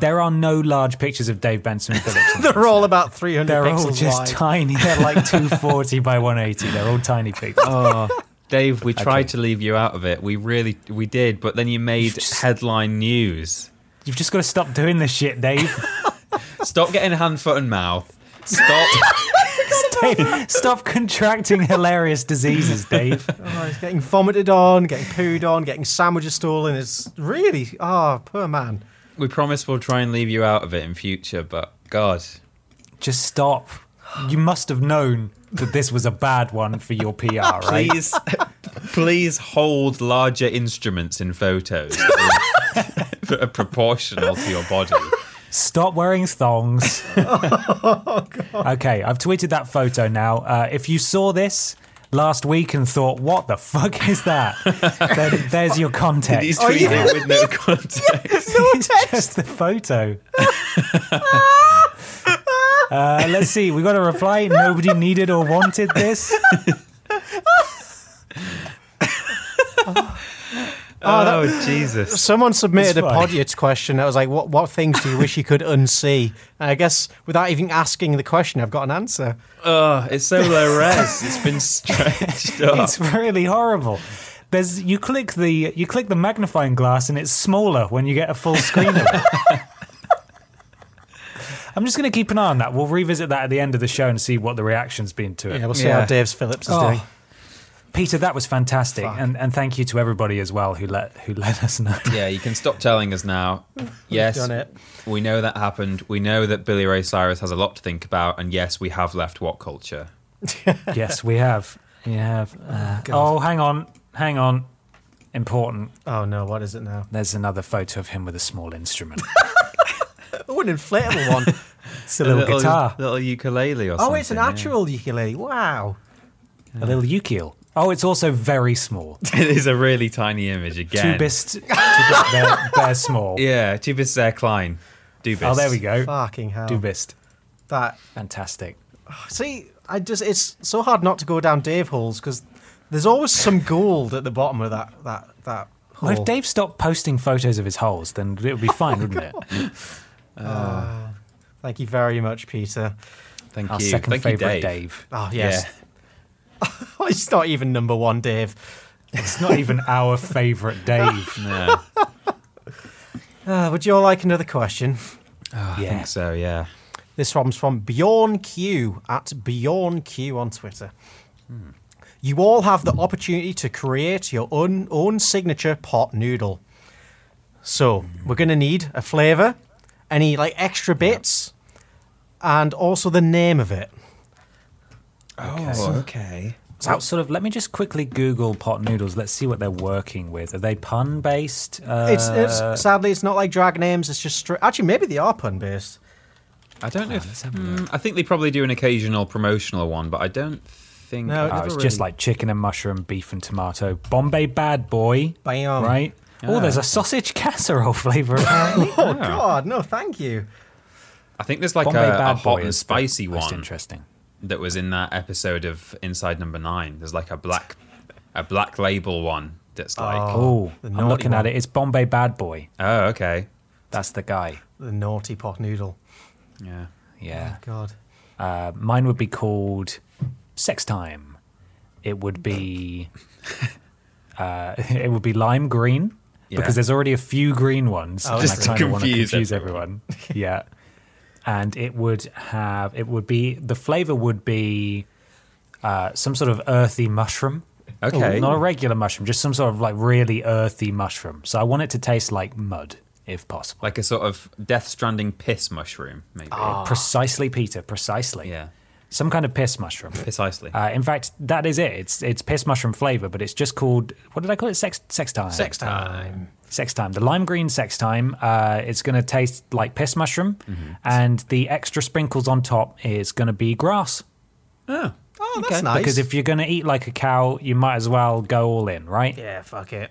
There are no large pictures of Dave Benson Phillips. on
They're
this.
all about 300
They're
pixels
all just
wide.
tiny. They're like 240 by 180. They're all tiny pictures.
Oh. Dave, we tried
Okay.
to leave you out of it. We really we did, but then you made headline news.
You've just got to stop doing this shit, Dave.
Stop getting hand, foot, and mouth. Stop.
Dave, stop contracting hilarious diseases, Dave.
Oh, he's getting vomited on, getting pooed on, getting sandwiches stolen. It's really, oh, poor man.
we promise we'll try and leave you out of it in future, but God,
Just stop. You must have known that this was a bad one for your PR, right?
please, please hold larger instruments in photos that are- that are proportional to your body.
Stop wearing thongs. Okay, I've tweeted that photo now. Uh, if you saw this last week and thought, what the fuck is that? then there's your context.
He's tweeting it with no context.
it's just the photo. uh, let's see. We got a reply. Nobody needed or wanted this.
Oh Jesus!
Someone submitted
It's
a
fine.
Podiats question that was like, what, what things do you wish you could unsee? And I guess without even asking the question, I've got an answer.
Oh, it's so low res. It's been stretched up.
It's really horrible. There's you click the you click the magnifying glass and it's smaller when you get a full screen of it. I'm just going to keep an eye on that. We'll revisit that at the end of the show and see what the reaction's been to it.
Yeah, we'll see
Yeah.
how Dave's Phillips is
Oh,
doing.
Peter, that was fantastic,
Fuck.
and and thank you to everybody as well who let who let us know.
Yeah, you can stop telling us now. Yes,
done it.
we know that happened. We know that Billy Ray Cyrus has a lot to think about, and yes, we have left what culture.
yes, we have. We have. Uh,
God.
oh, hang on, hang on. Important.
Oh, no, what is it now?
There's another photo of him with a small instrument.
Oh, an inflatable one.
It's a little, guitar,
little ukulele, or
oh,
something.
it's an
yeah.
actual ukulele. Wow.
a little ukulele. Oh, it's also very small.
it is a really tiny image again.
Tubist, tubist they're, they're small.
Yeah, Tubist Zare Klein. Dubist.
Oh, there we go.
Fucking hell.
Tubist.
That
Fantastic.
See, I just it's so hard not to go down Dave holes because there's always some gold at the bottom of that that that hole.
Well, if Dave stopped posting photos of his holes, then it would be fine, wouldn't it?
Thank you very much, Peter.
Thank
Our
you.
second
Thank
favourite
you, Dave.
Dave.
Oh yes, it's not even number one, Dave.
It's not even our favourite Dave.
Yeah. No,
Uh, would you all like another question?
I
yeah.
think so, yeah.
This one's from Bjorn Q at Bjorn Q on Twitter. Hmm. You all have the opportunity to create your own, own signature pot noodle. So we're going to need a flavour, any like extra bits, and also the name of it.
Oh, okay.
What sort of? Let me just quickly Google pot noodles. Let's see what they're working with. Are they pun based? Uh,
It's, it's sadly it's not like drag names. It's just stra- actually maybe they are pun based.
I don't know if. Mm, I think they probably do an occasional promotional one, but I don't think.
No,
I
it
Oh,
never
it's
really-
just like chicken and mushroom, beef and tomato. Bombay Bad Boy.
Bam.
Right? Oh, there's a sausage casserole flavour apparently.
Oh God, no, thank you.
I think there's like a,
Bombay
a
Bad
hot
Boy
and
is the
spicy
most
one
interesting.
that was in that episode of Inside Number Nine. There's like a black, a black label one that's like. Oh,
Oh,
the
I'm
naughty
looking
one.
at it. It's Bombay Bad Boy.
okay.
That's the guy.
The naughty pot noodle.
Yeah.
Yeah.
God.
Uh, mine would be called Sex Time. It would be. uh, it would be lime green
Yeah. Oh,
because there's already a few green ones. and
Just to
I kinda wanna
confuse
confuse everyone. yeah, and it would have it would be the flavor would be uh, some sort of earthy mushroom.
Okay.
not a regular mushroom, just some sort of like really earthy mushroom. So I want it to taste like mud, if possible.
Like a sort of Death Stranding piss mushroom, maybe.
Ah. Precisely, Peter. Precisely.
Yeah.
Some kind of piss mushroom.
Precisely.
Uh, in fact, that is it. It's it's piss mushroom flavor, but it's just called what did I call it? Sex sex time.
Sex time.
Sex time. The lime green sex time. Uh, it's going to taste like piss mushroom,
Mm-hmm.
and the extra sprinkles on top is going to be grass.
Oh, that's nice.
Because if you're going to eat like a cow, you might as well go all in, right?
yeah, fuck it.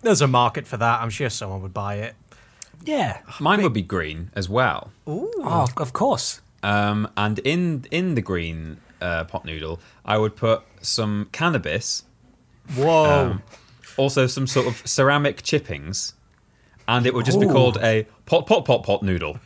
There's a market for that. I'm sure someone would buy it.
Yeah.
Mine would be green as well.
Oh, of course.
Um, and in in the green uh, pot noodle, I would put some cannabis,
Whoa.
also some sort of ceramic chippings, and it would just be called a pot pot pot pot noodle.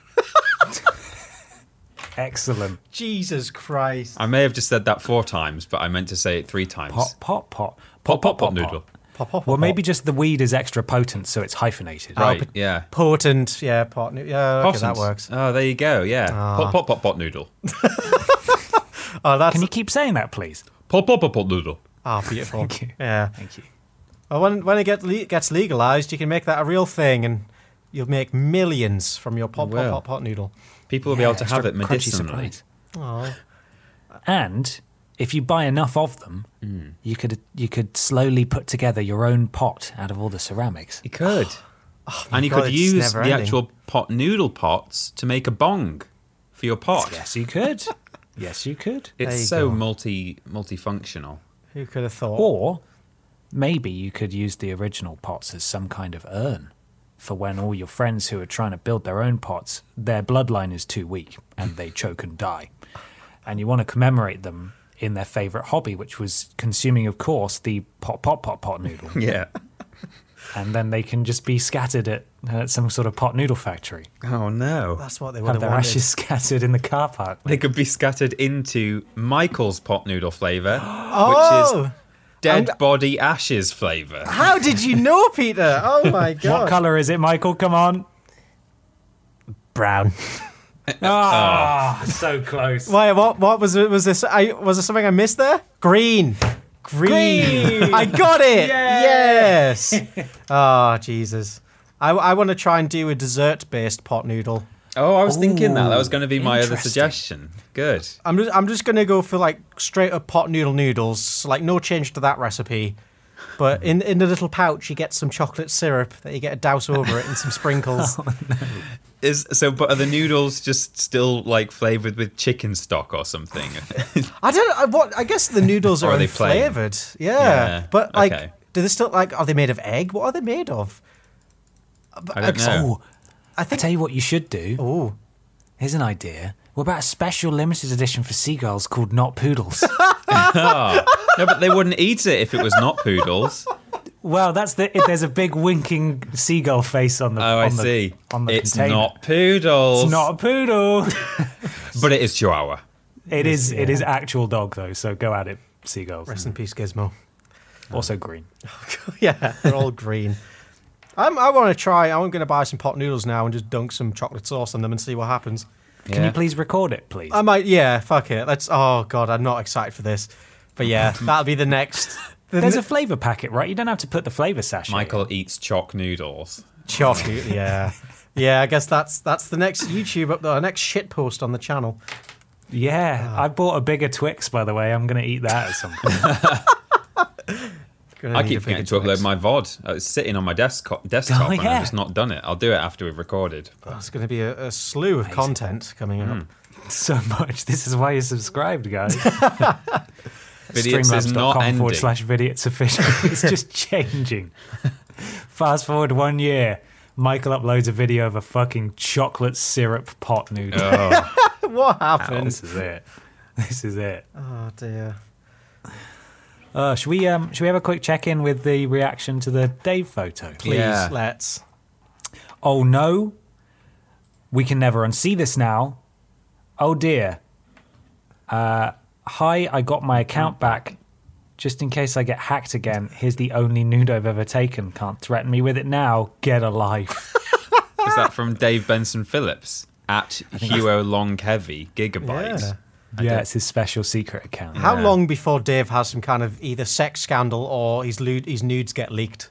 Excellent.
Jesus Christ.
Uh,
I may have just said that four times, but I meant to say it three times.
Pot pot pot
pot pot, pot noodle.
Pop, pop,
Well,
pop,
maybe
pop.
just the weed is extra potent, so it's hyphenated.
Right?
pot-
yeah.
potent. Yeah, pot. Yeah, okay, that
Potent.
works.
Uh,
Oh, there you go. Yeah. Pot pot pot pot noodle.
Oh, that's
Can you keep saying that, please?
Pot pot pot pot noodle.
ah beautiful.
Thank you.
Yeah.
Thank you.
Well, when when it get le- gets legalized, you can make that a real thing, and you'll make millions from your pop pop
Well.
pop pot noodle. Oh,
People will be able to have it medicinally.
And if you buy enough of them, you could you could slowly put together your own pot out of all the ceramics.
You could. and you
God,
could
it's
use the
never ending.
actual pot noodle pots to make a bong for your pot.
Yes, you could. yes, you could.
There you
It's so
go.
multi multifunctional.
Who could have thought?
Or maybe you could use the original pots as some kind of urn for when all your friends who are trying to build their own pots, their bloodline is too weak and they choke and die. And you want to commemorate them in their favorite hobby, which was consuming, of course, the pot, pot, pot, pot noodle.
Yeah.
and then they can just be scattered at uh, some sort of pot noodle factory.
Oh no.
That's what they would
Have
have
their
wanted.
ashes scattered in the car park.
They could be scattered into Michael's pot noodle flavour, which
Oh,
is dead body ashes flavour.
how did you know, Peter? Oh my god!
What color is it, Michael? Come on.
Brown.
Oh.
Ah, so close.
Why? What? What was it? Was this? I was there something I missed there? Green. Green. I got it. Yes. oh Jesus. I, I want to try and do a dessert-based pot noodle.
Oh, I was thinking that. That was going to be my other
interesting.
suggestion. Good.
I'm just I'm just gonna go for like straight up pot noodle noodles, like no change to that recipe. But in in the little pouch, you get some chocolate syrup that you get to douse over it and some sprinkles.
Is so but are the noodles just still like flavoured with chicken stock or something?
I don't I, what I guess the noodles
Or
are,
are they plain?
flavored. Yeah.
Yeah,
but like,
okay.
do they still like? Are they made of egg? What are they made of?
I don't know.
Oh, I think. I tell you what you should do.
Oh,
Here's an idea. What about a special limited edition for seagulls called Not Poodles?
No, but they wouldn't eat it if it was not poodles.
well, that's the. If there's a big winking seagull face on the.
Oh, I
on the-
see.
on the
it's
container.
not poodles.
It's not a poodle.
but it is chihuahua.
it is. It is actual dog though. So go at it, seagulls.
rest
Hmm.
in peace, Gizmo.
Also green.
yeah, they're all green. I'm, I want to try. I'm going to buy some pot noodles now and just dunk some chocolate sauce on them and see what happens.
Can
Yeah.
you please record it, please?
I might, yeah, fuck it. Let's. Oh god, I'm not excited for this, but yeah, that'll be the next. The
There's a
n-
flavour packet, right? You don't have to put the flavour sachet.
Michael eats chalk noodles.
chocolate. Yeah, yeah. I guess that's that's the next YouTube up the next shit post on the channel.
Yeah, I bought a bigger Twix, by the way. I'm going to eat that at some point.
Gonna
I
need
keep
a Oh, bigger
forgetting to upload
Twix.
my VOD. Uh, It's sitting on my desk- desktop and
yeah.
I've just not done it. I'll do it after we've recorded.
There's going to be a, a slew of content coming up.
so much. This is why you're subscribed, guys.
Videos is not
Streamlabs.com forward
ending.
slash Vidiots official. It's just changing. Fast forward one year. Michael uploads a video of a fucking chocolate syrup pot noodle.
Hmm.
What
Oh.
happened?
this is it. This is it.
Oh dear.
Uh, should we um, should we have a quick check in with the reaction to the Dave photo?
Please
Yeah.
let's.
Oh no, we can never unsee this now. Oh dear. Uh, hi, I got my account back. Just in case I get hacked again, here's the only nude I've ever taken. Can't threaten me with it now. Get a life.
Is that from Dave Benson Phillips at Huo Long Heavy Gigabyte?
Yeah.
yeah, it's his special secret account.
How long before Dave has some kind of either sex scandal or his, lewd, his nudes get leaked?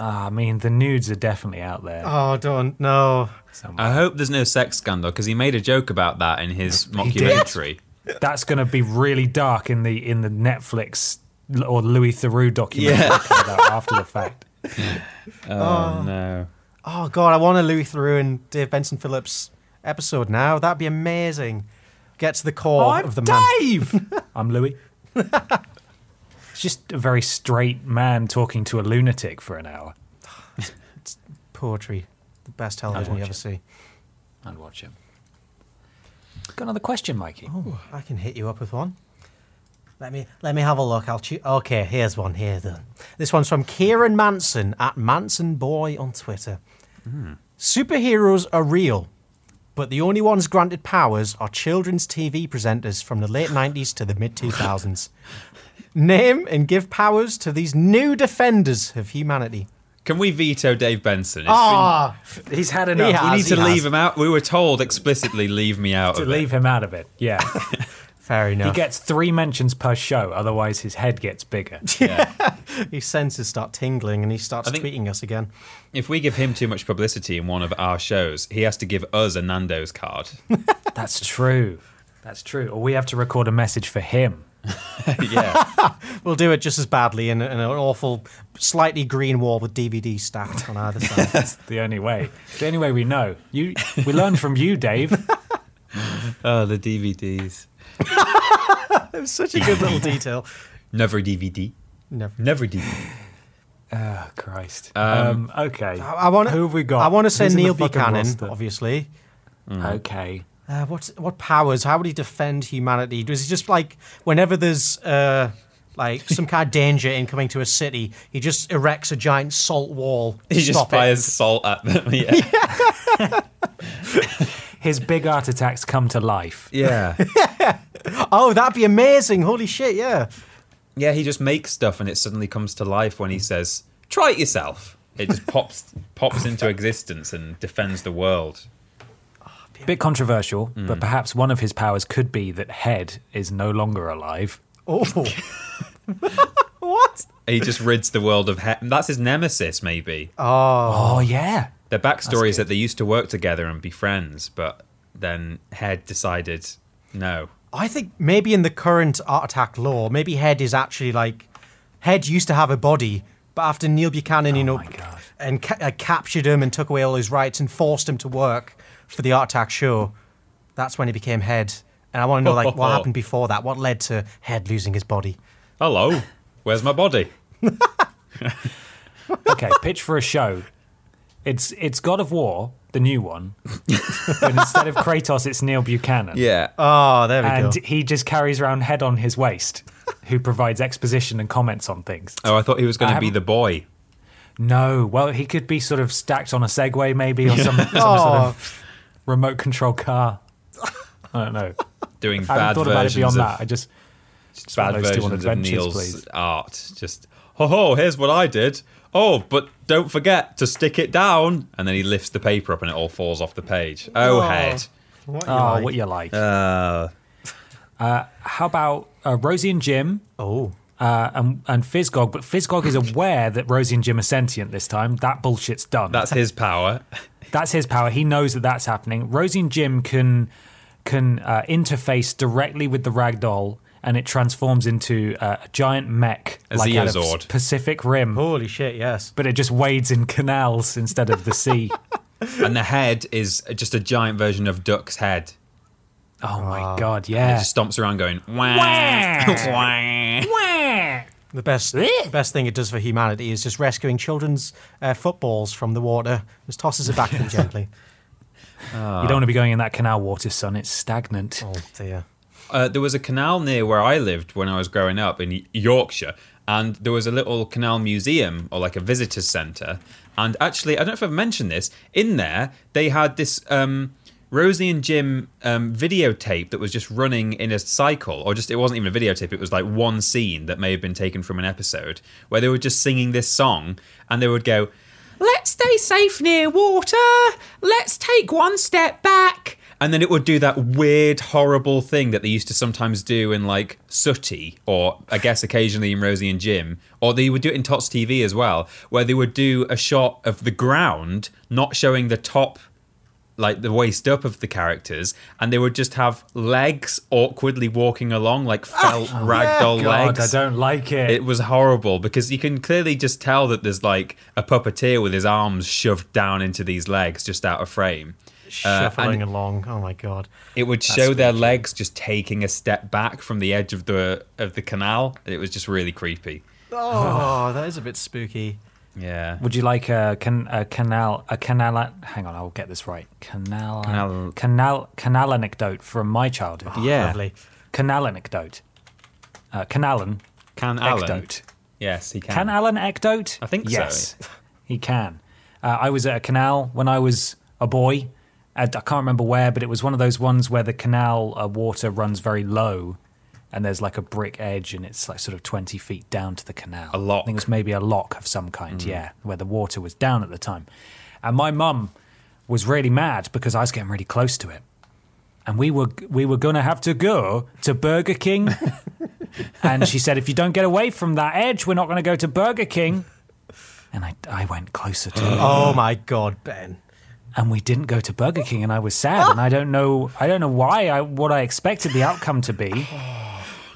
Ah, I mean, the nudes are definitely out there.
Oh, don't know.
somewhere.
I hope there's no sex scandal because he made a joke about that in his mockumentary.
That's going to be really dark in the in the Netflix l- or Louis Theroux documentary that comes out after the fact.
Oh no.
Oh god, I want a Louis Theroux and Dave Benson Phillips episode now. That'd be amazing. Get to the core
Oh, I'm
of the man.
Dave. I'm Louis. it's just a very straight man talking to a lunatic for an hour.
Poetry, the best television you
watch
ever
it.
see.
I'd watch him. Got another question, Mikey?
Ooh, I can hit you up with one. Let me let me have a look. I'll choose. Okay, here's one here then. This one's from Kieran Manson at Manson Boy on Twitter.
Hmm.
Superheroes are real, but the only ones granted powers are children's TV presenters from the late 90s to the mid 2000s. Name and give powers to these new defenders of humanity.
Can we veto Dave Benson? It's
Ah,
He's had
been-
enough.
he
we
has,
need to
he
leave
has.
him out. We were told explicitly, leave me out
to
of
leave him out of it. Yeah,
fair
he
enough.
gets three mentions per show. Otherwise, his head gets bigger.
it. Yeah.
His senses start tingling and he starts
I think-
tweeting us again.
If we give him too much publicity in one of our shows, he has to give us a Nando's card.
That's true. That's true. Or we have to record a message for him.
yeah.
We'll do it just as badly in, in an awful, slightly green wall with DVD stacked on either side.
That's the only way. It's the only way we know. You, we learned from you, Dave.
Oh, the DVDs.
it was such a good little detail.
Never DVD.
Never.
Never DVD.
Oh Christ. Um, okay.
I want
Who have we got?
I want to say
Who's in the
Neil
fucking
Buchanan,
roster?
obviously.
Okay.
Uh, what what powers? How would he defend humanity? Does he just like whenever there's uh, like some kind of danger incoming to a city, he just erects a giant salt wall? to
He just
stop it?
fires salt at them. Yeah.
His big art attacks come to life.
Yeah.
Oh, that'd be amazing! Holy shit! Yeah.
Yeah, he just makes stuff and it suddenly comes to life when he says, "Try it yourself." It just pops pops into existence and defends the world.
Bit controversial, but perhaps one of his powers could be that Head is no longer alive.
Oh. what?
He just rids the world of he- that's his nemesis maybe.
Oh yeah.
Their backstory is that they used to work together and be friends, but then Head decided no.
I think maybe in the current Art Attack law, maybe Head is actually like Head used to have a body, but after Neil Buchanan, you know,
my God.
and ca- uh, captured him and took away all his rights and forced him to work for the Art Attack show, that's when he became Head. And I want to know like what happened before that, what led to Head losing his body.
Hello, where's my body?
Okay. Pitch for a show. It's it's God of War, the new one. but instead of Kratos, it's Neil Buchanan.
Yeah.
Oh, there we
and
go.
he just carries around head on his waist, who provides exposition and comments on things.
Oh, I thought he was going
I
to be
haven't-
the boy.
No, well, he could be sort of stacked on a Segway, maybe, or some, some
oh.
sort of remote control car. I don't know.
doing
I haven't
bad
thought about it
versions
beyond
of
that. I just
bad
want those two on
versions of
adventures,
Neil's
please.
art. Just ho ho, here's what I did. Oh, but don't forget to stick it down. And then he lifts the paper up and it all falls off the page. Oh,
Whoa.
head.
What you
oh,
like?
what you like.
uh,
How about uh, Rosie and Jim?
Oh.
Uh, and, and Fizgog, but Fizgog is aware that Rosie and Jim are sentient this time. That bullshit's done.
That's his power.
That's his power. He knows that that's happening. Rosie and Jim can can uh, interface directly with the ragdoll, and it transforms into uh, a giant mech,
A
like out of
Zeozord.
Pacific Rim,
Holy shit! Yes.
but it just wades in canals instead of the sea.
and the head is just a giant version of Duck's head.
oh
Ah,
my god!
He
Yeah.
just stomps around going, wah,
Wah.
wah.
Wah.
The best
Eh.
best thing it does for humanity is just rescuing children's uh, footballs from the water, just tosses it back to them gently.
you don't want to be going in that canal water, son. It's stagnant.
Oh dear.
uh, there was a canal near where I lived when I was growing up in Y- Yorkshire, and there was a little canal museum or like a visitors centre. And actually, I don't know if I've mentioned this. In there, they had this um, Rosie and Jim um, videotape that was just running in a cycle, or just it wasn't even a videotape. It was like one scene that may have been taken from an episode where they were just singing this song, and they would go, "Let's stay safe near water. Let's take one step back." And then it would do that weird, horrible thing that they used to sometimes do in like Sooty, or I guess occasionally in Rosie and Jim, or they would do it in Tots TV as well, where they would do a shot of the ground, not showing the top like the waist up of the characters, and they would just have legs awkwardly walking along like felt ragdoll
Oh, God, I
legs.
don't like it.
It was horrible because you can clearly just tell that there's like a puppeteer with his arms shoved down into these legs just out of frame. Uh,
Shuffling along. Oh my god.
It would show their legs just taking a step back from the edge of the of the canal. It was just really creepy.
Oh, that is a bit spooky.
Yeah.
Would you like a, can, a canal a canal? Hang on, I'll get this right. Canal
Canal- Ah.
canal canal, anecdote from my childhood.
yeah.
Lovely.
Canal anecdote. Uh, canalan
Can Alan?
anecdote.
Yes, he can.
Can Alan anecdote?
I think so.
yes, he can. Uh, I was at a canal when I was a boy. And I can't remember where, but it was one of those ones where the canal uh, water runs very low, and there's like a brick edge, and it's like sort of twenty feet down to the canal.
A lock. Mm.
I think it was maybe a lock of some kind. Yeah, where the water was down at the time, and my mum was really mad because I was getting really close to it, and we were we were gonna have to go to Burger King and she said, if you don't get away from that edge, we're not going to go to Burger King. And I, I went closer to her,
Oh my god, Ben.
and we didn't go to Burger King, and I was sad, and I don't know, I don't know why, I, what I expected the outcome to be,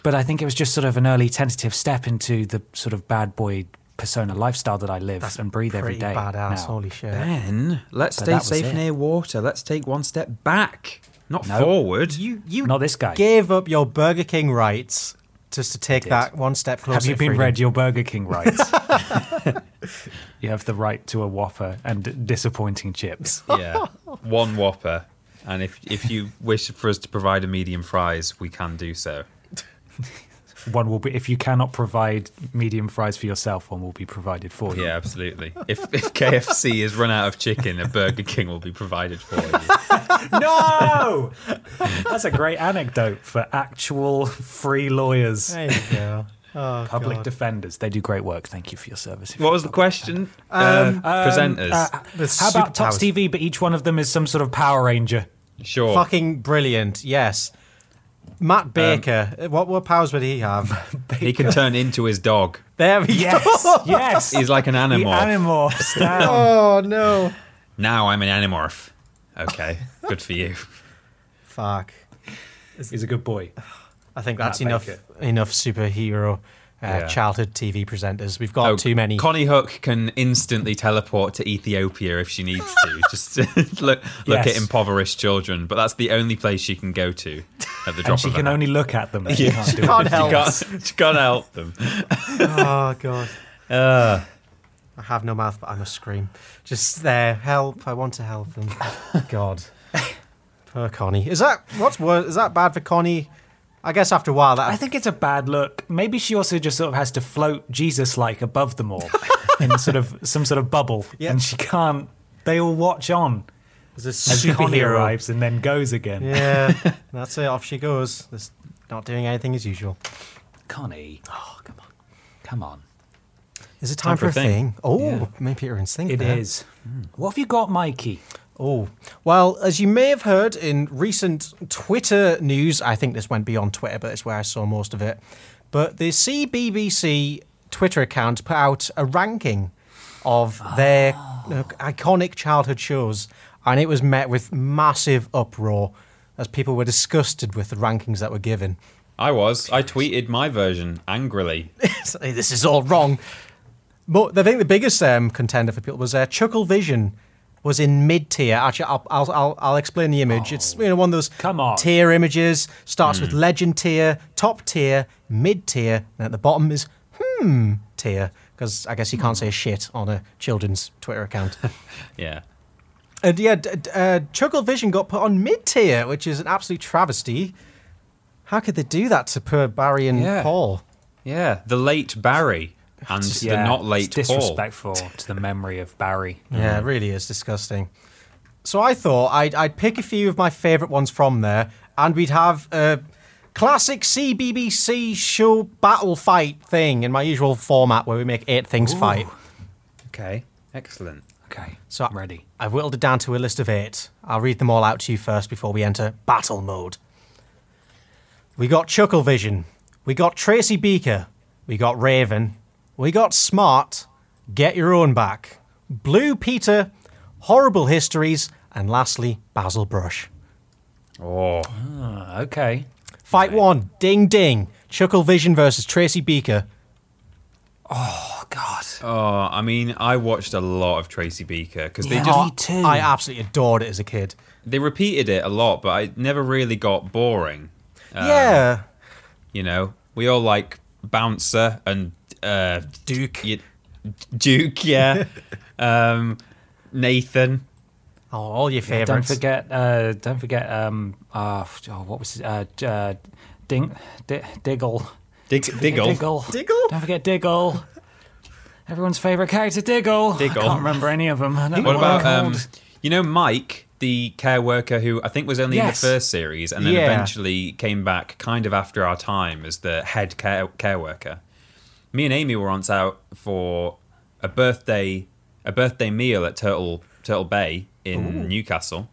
but I think it was just sort of an early tentative step into the sort of bad boy persona lifestyle that I live and breathe every day.
Pretty badass.
now.
Holy shit.
Then let's
But
stay
that was
safe
it.
near water. Let's take one step back, not
No.
forward.
You you
Not this guy.
gave up your Burger King rights just to take that one step closer.
Have you
to
been
freedom.
read your Burger King rights? you have the right to a Whopper and disappointing chips.
yeah, one whopper. And if if you wish for us to provide a medium fries, we can do so.
One will be if you cannot provide medium fries for yourself, one will be provided for you.
Yeah, absolutely. If if KFC is run out of chicken, a Burger King will be provided for you.
No, that's a great anecdote for actual free lawyers,
There you go. Oh,
public
God.
defenders. They do great work. Thank you for your service.
What was the question? Uh, presenters.
The
Uh, How about Tops
superpowers.
TV? But each one of them is some sort of Power Ranger.
sure.
Fucking brilliant. Yes.
Um,
Matt Baker. uh, what what powers would he have?
He can turn into his dog.
there we
Yes,
go.
yes.
He's like an
the
animal.
animorphs down.
Oh no.
now I'm an animorph. Okay, good for you.
Fuck.
He's a good boy.
I think that's
Matt
enough
Baker.
enough superhero uh,
Yeah.
childhood TV presenters. We've got
Oh,
too many.
Connie Hook can instantly teleport to Ethiopia if she needs to. Just look look at
Yes.
impoverished children, but that's the only place she can go to at the drop
And she
of
can
a hat.
only look at them. She can't do
can't
it.
help.
She can't, she can't help them.
Oh god. Uh. I have no mouth, but I must scream. Just there, help! I want to help them. God, poor Connie. Is that what's worse? Is that bad for Connie? I guess after a while, that
I think it's a bad look. Maybe she also just sort of has to float Jesus like above them all in sort of some sort of bubble,
Yeah.
and she can't. They all watch on.
there's a
as Connie
superhero.
arrives and then goes again.
Yeah, that's it. Off she goes. Just not doing anything as usual.
Connie. Oh, come on. Come on.
Is it time, for, a thing? Oh, maybe you're in sync.
It is. Hmm.
there.
What have you got, Mikey?
Oh, well, as you may have heard in recent Twitter news, I think this went beyond Twitter, but it's where I saw most of it. But the CBBC Twitter account put out a ranking of their uh, iconic childhood shows, and it was met with massive uproar as people were disgusted with the rankings that were given.
I was. I tweeted my version angrily.
Say, this is all wrong. But I think the biggest um, contender for people was uh, Chuckle Vision was in mid tier. Actually, I'll, I'll, I'll, I'll explain the image. It's you know one of those
Come on. Hmm.
tier images. Starts with legend tier, top tier, mid tier, and at the bottom is hmm tier because I guess you can't say shit on a children's Twitter account.
Yeah.
and yeah, d- d- uh, Chuckle Vision got put on mid tier, which is an absolute travesty. How could they do that to poor Barry and
Yeah.
Paul?
Yeah. The late Barry and the not late
it's
Paul.
disrespectful to the memory of Barry.
Yeah, it really is disgusting. So I thought I'd, I'd pick a few of my favourite ones from there, and we'd have a classic CBBC show battle fight thing in my usual format where we make eight things fight.
Okay, excellent.
Okay.
So I-
I'm ready.
I've whittled it down to a list of eight. I'll read them all out to you first before we enter battle mode. We got Chuckle Vision. We got Tracy Beaker. We got Raven. We got Smart. Get Your Own Back. Blue Peter. Horrible Histories. And lastly, Basil Brush.
Oh,
Uh, okay.
Fight one. Ding ding. Chuckle Vision versus Tracy Beaker.
Oh God.
oh, I mean, I watched a lot of Tracy Beaker because they
Yeah.
just
Me too.
Oh, I absolutely adored it as a kid.
they repeated it a lot, but it never really got boring. Uh,
Uh.
yeah.
You know, we all like Bouncer and uh,
Duke.
y- Duke, yeah, um, Nathan.
Oh, all your favourites.
Don't forget. Uh, don't forget. Um. Uh, f- oh, what was it? Uh, j- uh, ding, di- diggle.
Dig- Diggle.
Diggle.
Diggle?
Don't forget Diggle. Everyone's favorite character, Diggle.
Diggle.
I can't remember any of them. I don't know
What
what
about
they're
um,
called.
you know Mike, the care worker who I think was only
Yes.
in the first series and then
Yeah.
eventually came back kind of after our time as the head care, care worker. Me and Amy were once out for a birthday a birthday meal at Turtle Turtle Bay in Newcastle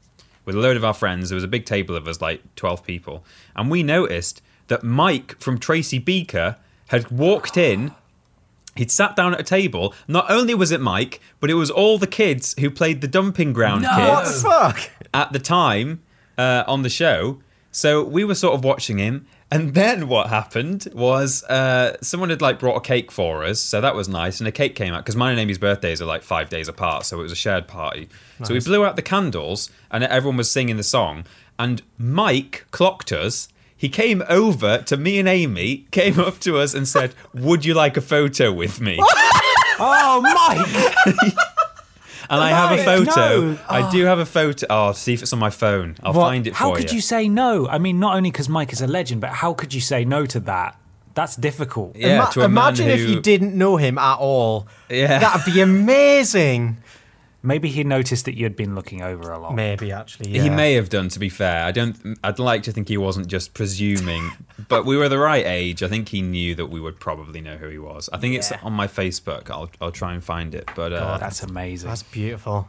with a load of our friends. There was a big table of us, like twelve people, and we noticed that Mike from Tracy Beaker had walked in He'd sat down at a table. Not only was it Mike, but it was all the kids who played the dumping ground
What the
kids
Oh, fuck?
at the time uh, on the show. So we were sort of watching him. And then what happened was uh, someone had like brought a cake for us. So that was nice. And a cake came out because mine and Amy's birthdays are like five days apart. So it was a shared party. So we blew out the candles and everyone was singing the song. And Mike clocked us. He came over to me and Amy, came up to us and said, Would you like a photo with me?
Oh, Mike!
And I have a
Mike,
photo.
no.
I do have a photo. Oh, see if it's on my phone. I'll
What-
find it
How
for
could you say no? I mean, not only because Mike is a legend, but how could you say no to that? That's difficult.
Yeah,
Ima-
to a man
imagine if
who-
you didn't know him at all.
Yeah.
that'd be amazing.
Maybe he noticed that you'd been looking over a lot.
Maybe actually,
He
yeah.
may have done, to be fair. I don't. I'd like to think he wasn't just presuming, but we were the right age. I think he knew that we would probably know who he was. I think it's on my Facebook. I'll I'll try and find it. But uh,
Oh, That's amazing.
That's beautiful.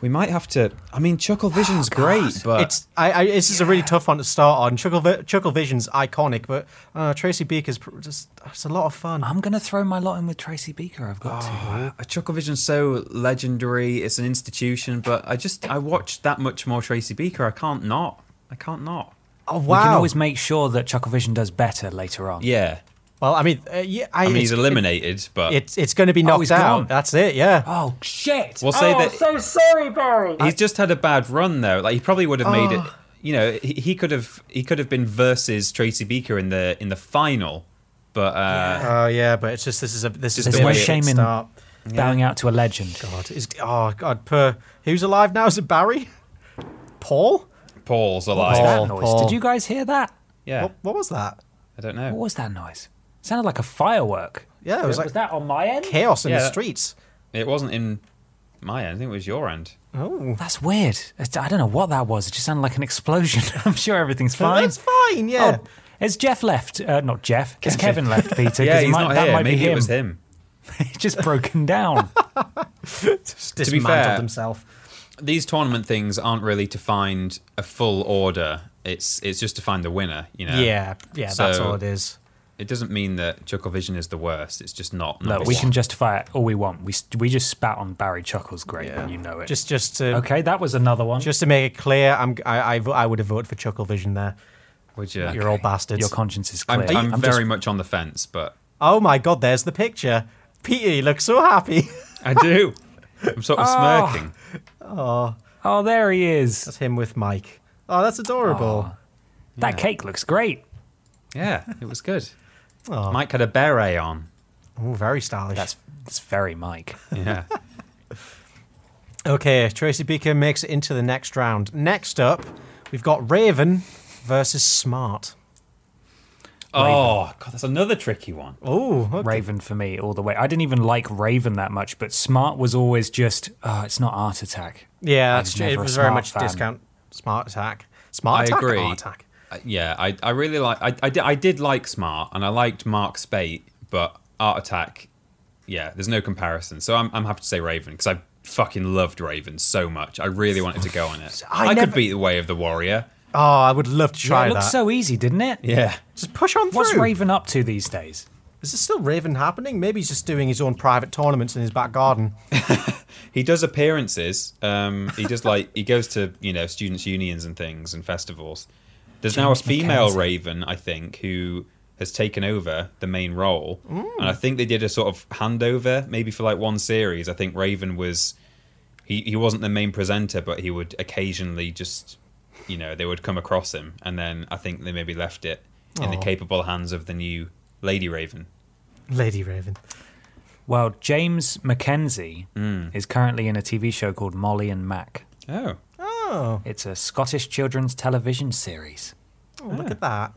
we might have to. I mean, Chuckle Vision's great, but
it's I, I, this is a really tough one to start on. Chuckle, Vi- Chuckle Vision's iconic, but uh, Tracy Beaker's pr- just it's a lot of fun.
I'm going to throw my lot in with Tracy Beaker. I've
Oh,
got to.
Uh, Chuckle Vision's so legendary. It's an institution. But I just I watched that much more Tracy Beaker. I can't not. I can't not.
oh
We can
wow!
always make sure that Chucklevision does better later on.
Yeah.
well, I mean, uh, yeah, I,
I mean,
it's-
he's eliminated, but
It, it's going to be
Oh,
knocked
he's
out.
gone.
That's it. Yeah.
Oh, shit.
We'll say
oh,
that-
so sorry, Barry.
He's just had a bad run though. Like he probably would have made it.
Oh.
You know, he, he could have he could have been versus Tracy Beaker in the in the final, but uh,
Oh yeah, but it's just this is a this is
There's
the
no
way
shame
it
in-
start.
Bowing out to a legend.
God, is oh god, per who's alive now? Is it Barry? Paul?
Paul's alive.
Paul.
That noise. Did you guys hear that?
Yeah,
What, what was that?
I don't
What
know.
was that noise? It sounded like a firework.
Yeah, it was like
that on my end?
chaos in
Yeah,
the
that-
streets.
It wasn't in my end. I think it was your end.
Oh,
That's weird. It's- I don't know what that was. It just sounded like an explosion. I'm sure everything's fine.
that's fine. Yeah.
Oh, has Jeff left? Uh, not Jeff. Has Kevin left, Peter? 'Cause
Yeah,
he
he's
might,
not
that
here.
might
Maybe
be him.
it was him.
He's just broken down.
just
be
dismantled
fair-
himself.
These tournament things aren't really to find a full order. It's it's just to find the winner. You know.
Yeah, yeah, that's
So-
all it is.
It doesn't mean that Chuckle Vision is the worst. It's just not.
no,
number
we
one.
can justify it all we want. We s- we just spat on Barry Chuckles' grave, and you know it.
Just, just to,
okay, that was another one.
just to make it clear, I'm, I, I, vo- I would have voted for Chuckle Vision there.
Would you?
You're all bastards.
Your conscience is
I'm,
clear.
I'm
I'm
very
just-
much on the fence, but
oh my God, there's the picture. Peter, you look so happy.
I do. I'm sort of
Oh.
smirking.
oh, there he is.
that's him with Mike. Oh, that's adorable.
That cake looks great.
Yeah, it was good.
Oh,
Mike had a beret on.
Ooh, very stylish.
That's that's very Mike.
Yeah.
Okay, Tracy Beaker makes it into the next round. Next up, we've got Raven versus Smart.
oh, God, that's another tricky one.
Oh, okay.
Raven for me all the way. I didn't even like Raven that much, but Smart was always just, oh, it's not Art Attack.
Yeah, that's
was
true. It
never a
was very
smart
much
fan.
discount smart attack. Smart
I
attack.
agree.
Art attack.
Uh, Yeah, I, I really like I, I, did, I did like Smart and I liked Mark Spate, but Art Attack, yeah, there's no comparison. So I'm, I'm happy to say Raven because I fucking loved Raven so much. I really wanted to go on it.
I
I,
never-
could beat the Way of the Warrior.
Oh, I would love to
Yeah,
try
it
that.
looked so easy, didn't it?
Yeah,
Just push on
What's
through.
Raven up to these days?
Is there still Raven happening? Maybe he's just doing his own private tournaments in his back garden.
he does appearances. Um, he does like he goes to you know students' unions and things and festivals. There's now a
James
female
McKenzie.
Raven, I think, who has taken over the main role, and I think they did a sort of handover, maybe for like one series. I think Raven was he he wasn't the main presenter, but he would occasionally just you know they would come across him, and then I think they maybe left it in the
Aw.
capable hands of the new Lady Raven.
Lady Raven.
Well, James Mackenzie is currently in a TV show called Molly and Mac.
Oh,
Oh,
It's a Scottish children's television series,
oh, look at that.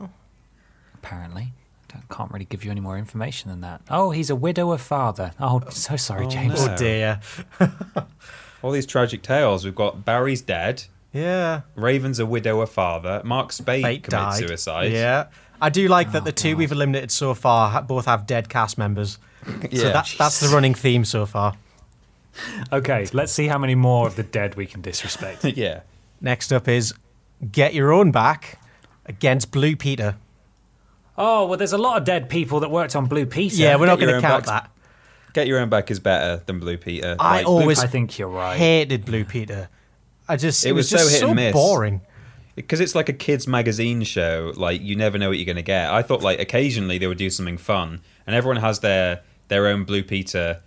apparently. I can't really give you any more information than that. Oh, he's a widower father. Oh, so sorry, James.
Oh dear.
all these tragic tales. We've got Barry's dead.
Yeah.
Raven's a widower father. Mark Spade
Fate died.
commits suicide.
Yeah. I do like that the two we've eliminated so far ha- both have dead cast members. So
Yeah.
that, that's the running theme so far.
Okay, let's see how many more of the dead we can disrespect.
yeah.
Next up is Get Your Own Back against Blue Peter.
oh, well, there's a lot of dead people that worked on Blue Peter.
Yeah, we're not
Get
going
Your
to
Own
count
Back's-
that.
Get your own back is better than Blue Peter.
I
Blue-
always-
I think you're right.
Hated Blue Peter. I just it,
It
was,
was so
just
hit and miss.
boring.
because it's like a kids magazine show. Like you never know what you're going to get. I thought like occasionally they would do something fun, and everyone has their their own Blue Peter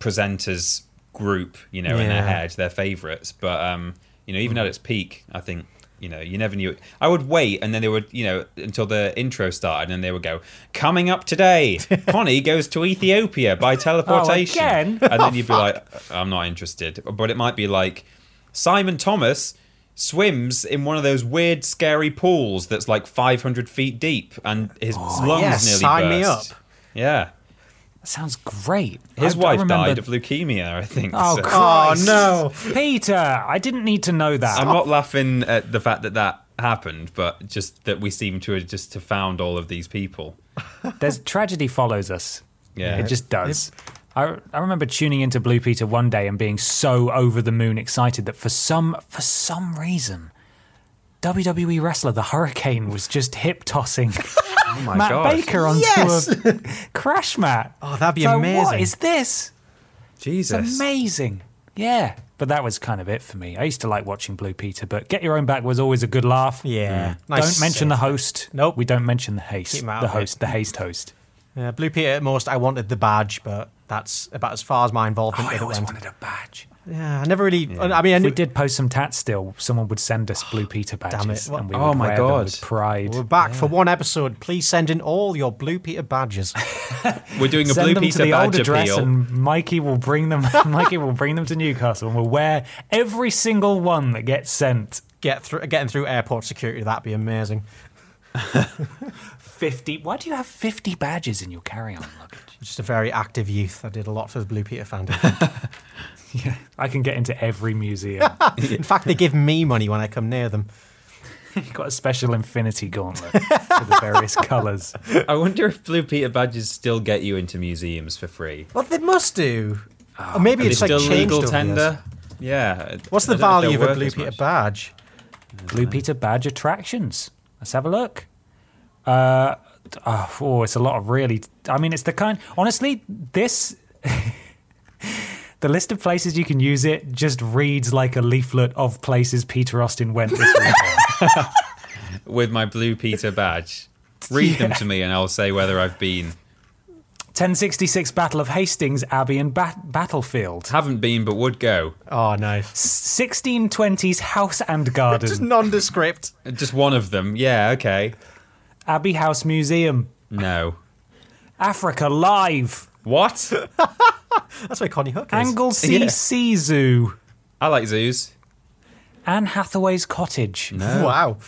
presenters group, you know, in
Yeah.
their head, their favorites. But um, you know, even at its peak, I think you know you never knew. I would wait, and then they would you know until the intro started, and they would go, "Coming up today, Connie goes to Ethiopia by teleportation."
Oh, again?
And then you'd be like, "Uh, "I'm not interested." But it might be like Simon Thomas. Swims in one of those weird, scary pools that's like 500 feet deep, and his
Oh,
lungs
yes,
nearly
sign me
burst.
up.
Yeah,
That sounds great.
his
I- I
wife
remember-
died of leukemia, I think.
Oh,
so-
Christ.
no.
Peter, I didn't need to know that.
I'm not laughing at the fact that that happened, but just that we seem to have just to found all of these people.
There's tragedy follows us.
Yeah.
it just does. I, I remember tuning into Blue Peter one day and being so over the moon excited that for some for some reason WWE wrestler the Hurricane was just hip tossing
Oh my
Matt
gosh.
Baker onto a crash mat.
Oh, that'd be
So What
amazing.
is this? It's
Jesus.
amazing. Yeah. But that was kind of it for me. I used to like watching Blue Peter, but Get Your Own Back was always a good laugh.
Mm.
Yeah.
don't mention the host.
Nope.
We don't mention the haste.
Keep 'em out
The
of it.
host, the haste host.
the. Blue Peter at most, I wanted the badge, but that's about as far as my
Oh,
involvement
I
with it
always
went.
wanted a badge.
Yeah, I never really. I mean, I
If we
knew,
did post some tats still, someone would send us Blue Peter badges.
What-
And we
Oh
would
my
wear them
God.
with pride.
we're back for one episode. Please send in all your Blue Peter badges.
We're doing a
Send
Blue
them
Peter
to the old
badge
address
appeal.
and Mikey will bring them Mikey will bring them to Newcastle and we'll wear every single one that gets sent.
Get through, getting through airport security, that'd be amazing.
Fifty why do you have fifty badges in your carry on luggage?
Just a very active youth. I did a lot for the Blue Peter fandom.
yeah. I can get into every museum.
In fact, they give me money when I come near them.
You've got a special infinity gauntlet for the various colours.
I wonder if Blue Peter badges still get you into museums for free.
Well, they must do. or maybe
Are
it's
Oh, they
like
still
changed
legal
over the years.
tender? Yeah.
What's
I
the
don't know
value
if
of
they're
a
worth
Blue
as
Peter
much.
badge?
Blue Peter badge attractions. Let's have a look. Uh, oh, oh, it's a lot of really. I mean, it's the kind. Honestly, this. the list of places you can use it just reads like a leaflet of places Peter Austin went this weekend.
With my Blue Peter badge. Read them to me and I'll say whether I've been.
1066 Battle of Hastings Abbey and Bat- Battlefield.
Haven't been, but would go.
Oh, nice.
1620s House and Garden.
Just nondescript.
Just one of them. Yeah, okay.
Abbey House Museum.
No.
Africa Live.
What?
That's where Connie Hook is.
Anglesey
Yeah.
Sea Zoo.
I like zoos.
Anne Hathaway's Cottage.
Wow.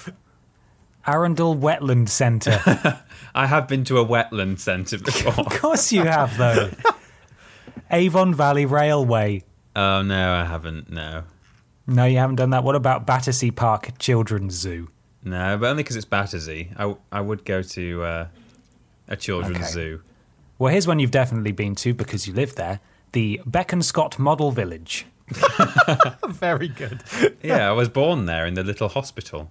Arundel Wetland Centre. of
I have been to a wetland centre before.
course you have, though. Avon Valley Railway.
Oh no, I haven't. No.
No, you haven't done that. What about Battersea Park Children's Zoo?
No, but only because it's Battersea. I, w- I would go to uh, a children's
Okay.
zoo.
Well, here's one you've definitely been to because you live there the Beaconscott Model Village.
Very good.
Yeah, I was born there in the little hospital.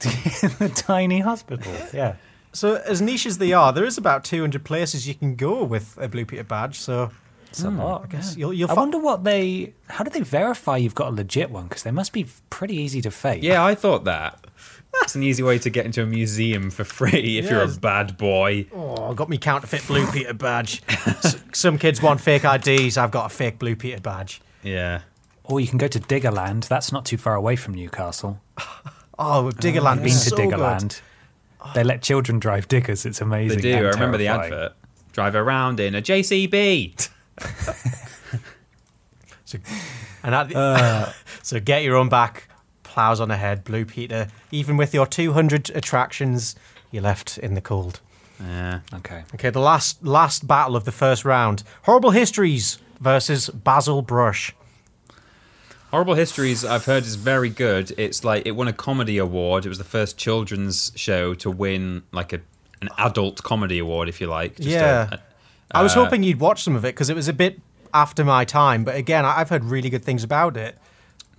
the tiny hospital. Yeah.
So, as niche as they are, there is about 200 places you can go with a Blue Peter badge. So,
It's a lot. I
Hmm, guess you'll- you'll
I
fi-
wonder what they. How do they verify you've got a legit one? Because they must be pretty easy to fake.
Yeah, I thought that. It's an easy way to get into a museum for free if you're a
Yes.
bad boy.
oh, I got me counterfeit Blue Peter badge. S- some kids want fake IDs. I've got a fake Blue Peter badge.
Yeah.
Or you can go to Diggerland. That's not too far away from Newcastle.
Oh, Diggerland.
I've
is
been to
so good.
Uh, Diggerland. They let children drive diggers. It's
They
amazing.
do. I
and
remember the
terrifying.
advert. Drive around in a JCB.
So, and at the, so get your own back, plows on ahead, Blue Peter. Even with your 200 attractions, you're left in the cold.
Yeah.
Okay.
Okay, the last last battle of the first round: Horrible Histories versus Basil Brush.
Horrible Histories, I've heard, is very good. It's like it won a comedy award. It was the first children's show to win like a an adult comedy award, if you like. Just a-
Yeah.
a-
I was
Uh,
hoping you'd watch some of it because it was a bit after my time, but again, I- I've heard really good things about it.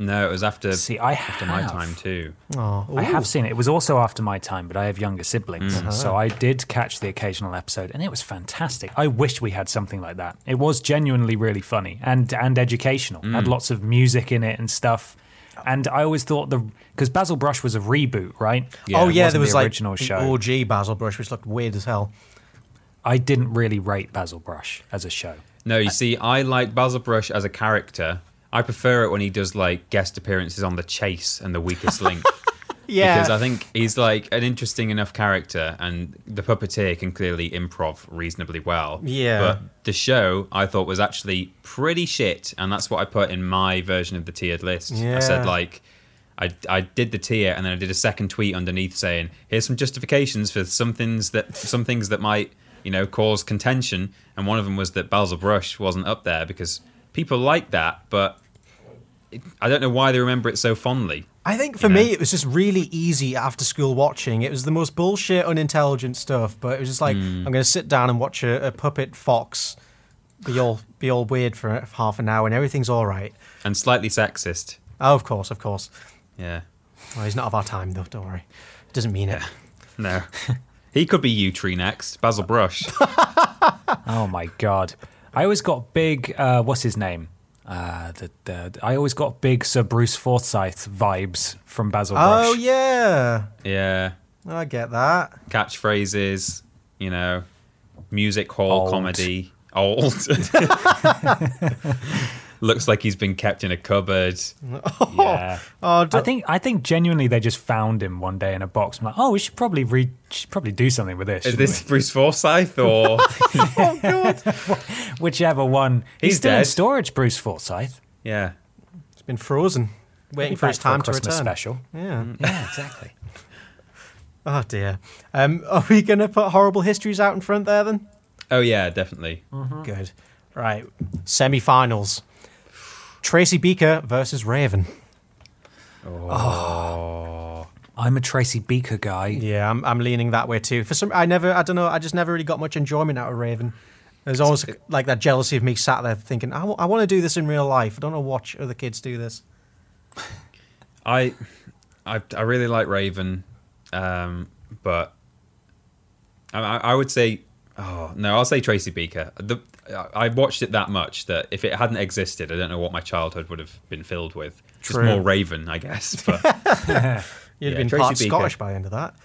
no, it was after
See, I
after my
have.
time too.
Oh,
I
ooh.
have seen it. It was also after my time, but I have younger siblings,
Mm.
so I did catch the occasional episode, and it was fantastic. I wish we had something like that. It was genuinely really funny and and educational.
Mm.
Had lots of music in it and stuff.
Oh.
And I always thought the because Basil Brush was a reboot, right?
Yeah,
oh
it
yeah,
wasn't
there was
the
like
original
the
show.
OG Basil Brush, which looked weird as hell.
I didn't really rate Basil Brush as a show.
No, you see, I like Basil Brush as a character. I prefer it when he does like guest appearances on The Chase and The Weakest Link.
Yeah,
Because I think he's like an interesting enough character, and the puppeteer can clearly improv reasonably well.
Yeah.
But the show I thought was actually pretty shit, and that's what I put in my version of the tiered list. I
Yeah.
said like, I I did the tier, and then I did a second tweet underneath saying, "Here's some justifications for some things that some things that might you know cause contention," and one of them was that Basil Brush wasn't up there because people like that, but. it- I don't know why they remember it so fondly.
I think for
you know?
me, it was just really easy after school watching. It was the most bullshit, unintelligent stuff, but it was just like
Hmm.
I'm going to sit down and watch a, a puppet fox be all be all weird for half an hour, and everything's all right.
and slightly sexist.
Oh, of course, of course.
Yeah.
Well, he's not of our time, though. Don't worry. Doesn't mean it.
No. he could be you tree next. Basil Brush.
Oh my god! I always got big. Uh, what's his name? Uh, the, the I always got big Sir Bruce Forsyth vibes from Basil Brush.
Oh yeah,
yeah.
I get that.
Catchphrases, you know, music hall
Old.
comedy. Old. Looks like he's been kept in a cupboard.
Yeah.
Oh,
I
don't-
think I think genuinely they just found him one day in a box. I'm like, oh, we should probably re- should probably do something with this.
Is
shouldn't
this Bruce Forsyth or
we?" Whichever one. He's,
He's
still in
dead.
storage, Bruce Forsyth.
Yeah.
it's been frozen,
He'll
waiting
be
for his
back
time
a Christmas
to return. Mm.
special.
Yeah.
Yeah, exactly.
Oh dear. Um, are we going to put horrible histories out in front there then?
Oh yeah, definitely.
Good. Right. Semi-finals. Tracy Beaker versus Raven.
I'm a Tracy Beaker guy.
Yeah, I'm, I'm leaning that way too. For some, I never, I don't know, I just never really got much enjoyment out of Raven. There's always like that jealousy of me sat there thinking, I want to do this in real life. I don't know watch other kids do this.
I, I, I really like Raven, um, but I- I, I would say, oh no, I'll say Tracy Beaker. The, I I watched it that much that if it hadn't existed, I don't know what my childhood would have been filled with. Just
True.
more Raven, I guess. But
You'd
Yeah,
have been
Tracy
part
Beaker.
Scottish by the end of that.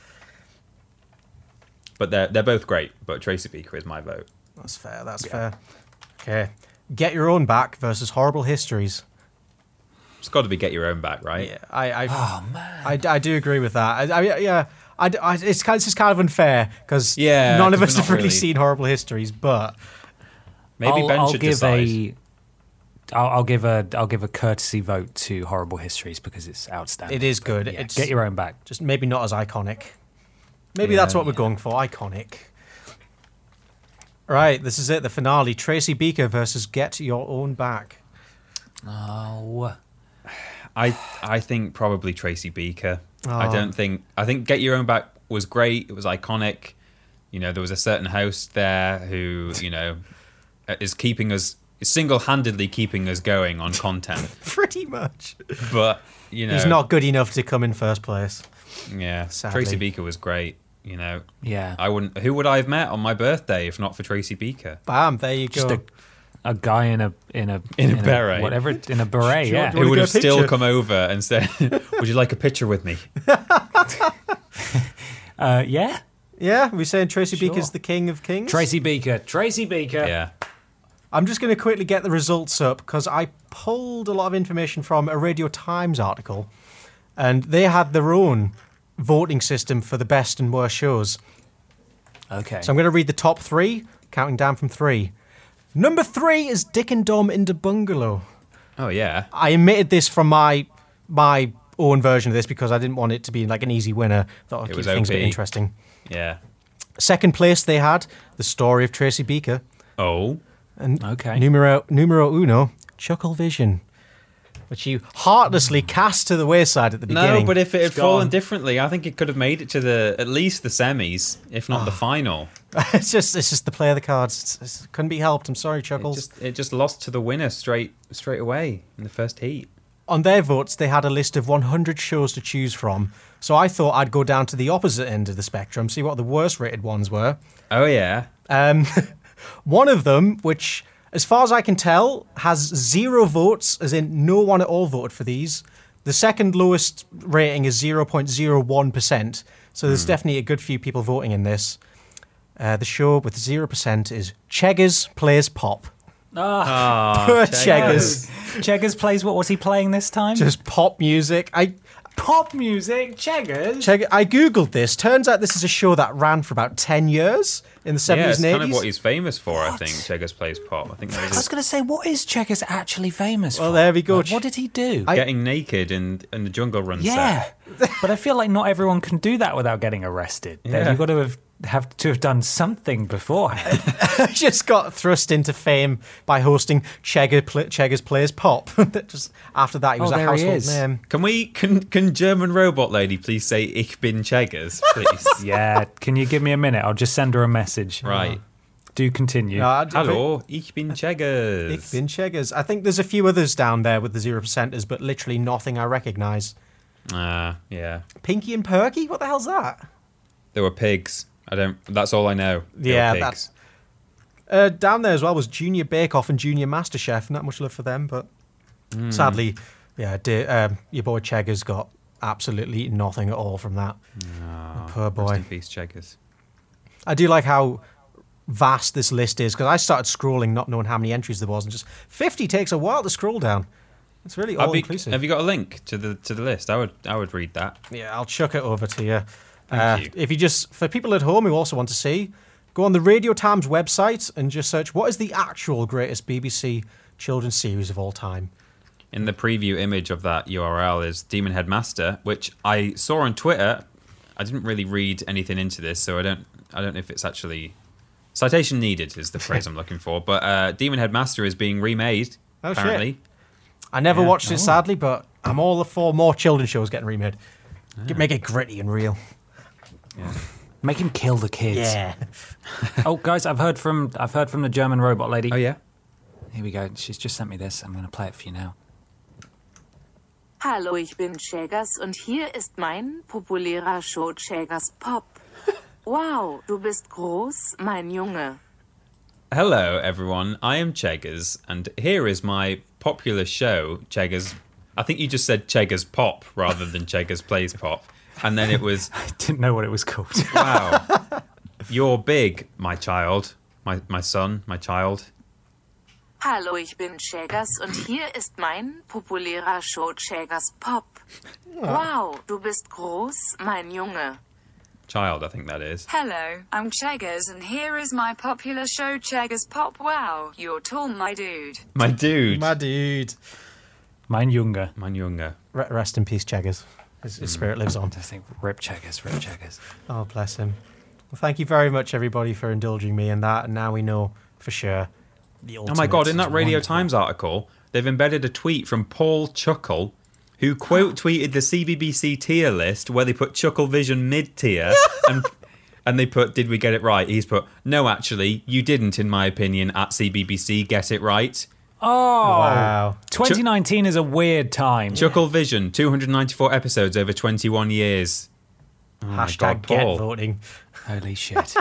but they're they're both great. But Tracy Beaker is my vote.
That's fair. That's fair. Okay. Get your own back versus horrible histories.
It's got to be get your own back, right?
Yeah, I, I,
Oh,
I, I do agree with that. I, I, yeah, I, I- it's kind. This is kind of unfair because
Yeah,
none of
'cause
us
we're
have
not
really,
really-
seen horrible histories, but
Maybe
I'll,
Ben
I'll
should
give
decide.
a. I'll, I'll give a I'll give a courtesy vote to Horrible Histories because it's outstanding.
it is good.
Yeah,
it's
get your own back.
just maybe not as iconic. Maybe
Yeah.
that's what we're going for. Iconic. Right, this is it. The finale: Tracy Beaker versus Get Your Own Back.
Oh,
I I think probably Tracy Beaker. I
Ah.
don't think I think Get Your Own Back was great. It was iconic. You know, there was a certain host there who you know uh, is keeping us is single-handedly keeping us going on content.
Pretty much.
But you know,
He's not good enough to come in first place.
Yeah,
Sadly.
Tracy Beaker was great. You know,
Yeah.
I wouldn't. Who would I have met on my birthday if not for Tracy Beaker?
Bam, there you
Just
go.
a, a guy in a in a
In a beret.
whatever it- in a beret.
Sure,
yeah.
do you
Who would
get a
have still
picture?
come over and said, "Would you like a picture with me?"
Uh, yeah.
Yeah, we're saying Tracy
Sure.
Beaker's the king of kings.
Tracy Beaker. Tracy Beaker.
Yeah,
I'm just going to quickly get the results up because I pulled a lot of information from a Radio Times article, and they had their own voting system for the best and worst shows.
Okay.
So I'm going to read the top three, counting down from three. Number three is Dick and Dom in the Bungalow.
Oh yeah.
I omitted this from my my own version of this because I didn't want it to be like an easy winner. Thought I'd
It
keep
was
things a bit
OP.
interesting.
Yeah.
Second place they had the story of Tracy Beaker.
Oh.
And
Okay.
numero numero uno, Chuckle Vision, which you heartlessly cast to the wayside at the beginning.
No, but if it had
It's
fallen
gone.
differently, I think it could have made it to the at least the semis, if not the final.
it's just it's just the play of the cards. It's, it's, couldn't be helped. I'm sorry,
It
Chuckles.
just, it just lost to the winner straight straight away in the first heat.
On their votes, they had a list of 100 shows to choose from. So I thought I'd go down to the opposite end of the spectrum, see what the worst rated ones were.
Oh yeah.
Um, one of them, which, as far as I can tell, has zero votes, as in no one at all voted for these. The second lowest rating is 0.01%. So
Hmm.
there's definitely a good few people voting in this. Uh, the show with 0% is Cheggers Plays Pop.
Ah,
Poor
Cheggers.
Cheggers.
Cheggers plays what was he playing this time?
Just pop music. I.
pop music. Cheggers.
Check, I googled this. Turns out this is a show that ran for about ten years in the
yeah,
seventies
it's
and eighties.
kind of what he's famous for, I think. Cheggers plays pop. I think that
I
was
was
his
going to say, what is Cheggers actually famous
Well,
for?
there we go.
Like, what did he do?
I-
getting naked and and the jungle run set.
yeah, but I feel like not everyone can do that without getting arrested.
Yeah.
You've got to have, have to have done something beforehand.
just got thrust into fame by hosting Chegger Pl- Cheggers Plays Pop. That just after that, he was
Oh,
a
there he
household
is.
name.
Can we can can German robot lady please say ich bin Cheggers, please?
yeah, can you give me a minute? I'll just send her a message.
Right.
Do continue.
No, I d-
Hello, ich bin
I Uh, think
Cheggers.
It's been Cheggers. I think there's a few others down there with the zero percenters, but literally nothing I recognise.
Ah, yeah.
Pinky and Perky, what the hell's that?
There were pigs. I don't. That's all I know. They were
Yeah,
pigs.
that's- Uh, down there as well was Junior Bake Off and Junior Master Chef. Not much love for them, but
Hmm.
sadly, yeah, de- um, your boy Cheggers got absolutely nothing at all from that. Poor
Ah, Rest
boy.
in peace, Cheggers.
I do like how vast this list is because I started scrolling, not knowing how many entries there was, and just 50 takes a while to scroll down. It's really all
Have you,
inclusive.
have you got a link to the to the list? I would I would read that.
Yeah, I'll chuck it over to you.
Thank
uh,
you.
If you just, for people at home who also want to see, go on the Radio Times website and just search what is the actual greatest BBC children's series of all time.
In the preview image of that URL is Demon Headmaster, which I saw on Twitter. I didn't really read anything into this, so I don't I don't know if it's actually citation needed is the phrase I'm looking for. But uh, Demon Headmaster is being remade
Oh, shit.
apparently.
I never
Yeah.
watched
Oh.
it, sadly, but I'm all for more children's shows getting remade. Make it gritty and real.
Make him kill the kids.
Yeah.
oh, guys, I've heard from I've heard from the German robot lady.
Oh yeah.
Here we go. She's just sent me this. I'm going to play it for you now.
Hallo, ich bin Jaggers und hier ist mein populärer Show Jaggers Pop. Wow, du bist groß, mein Junge.
Hello, everyone. I am Cheggers, and here is my popular show, Cheggers. I think you just said Cheggers Pop rather than Cheggers Plays Pop. And then it was,
I didn't know what it was called.
wow, you're big, my child, my, my son, my child.
Hallo, ich bin Jaggers und hier ist mein populärer Show Jaggers Pop. Wow, du bist groß, mein Junge.
Child, I think that is.
Hello, I'm Cheggers and here is my popular show Cheggers Pop. Wow, you're tall, my dude.
My dude.
My dude.
Mine Junger.
Mein Junge.
Re- rest in peace, Cheggers. His,
Mm.
his spirit lives on.
I think rip checkers, rip checkers.
Oh, bless him. Well, thank you very much, everybody, for indulging me in that. And now we know for sure. The
Oh my god, in
ultimate
that
is
Radio
wonderful.
Times article, they've embedded a tweet from Paul Chuckle, who quote tweeted the CBBC tier list where they put Chuckle Vision mid tier and and they put did we get it right? He's put no actually you didn't in my opinion at CBBC get it right.
Oh,
Wow.
2019 is a weird time.
Chuckle Vision 294 episodes over 21 years. Oh
Hashtag
God, Paul.
get voting.
Holy shit.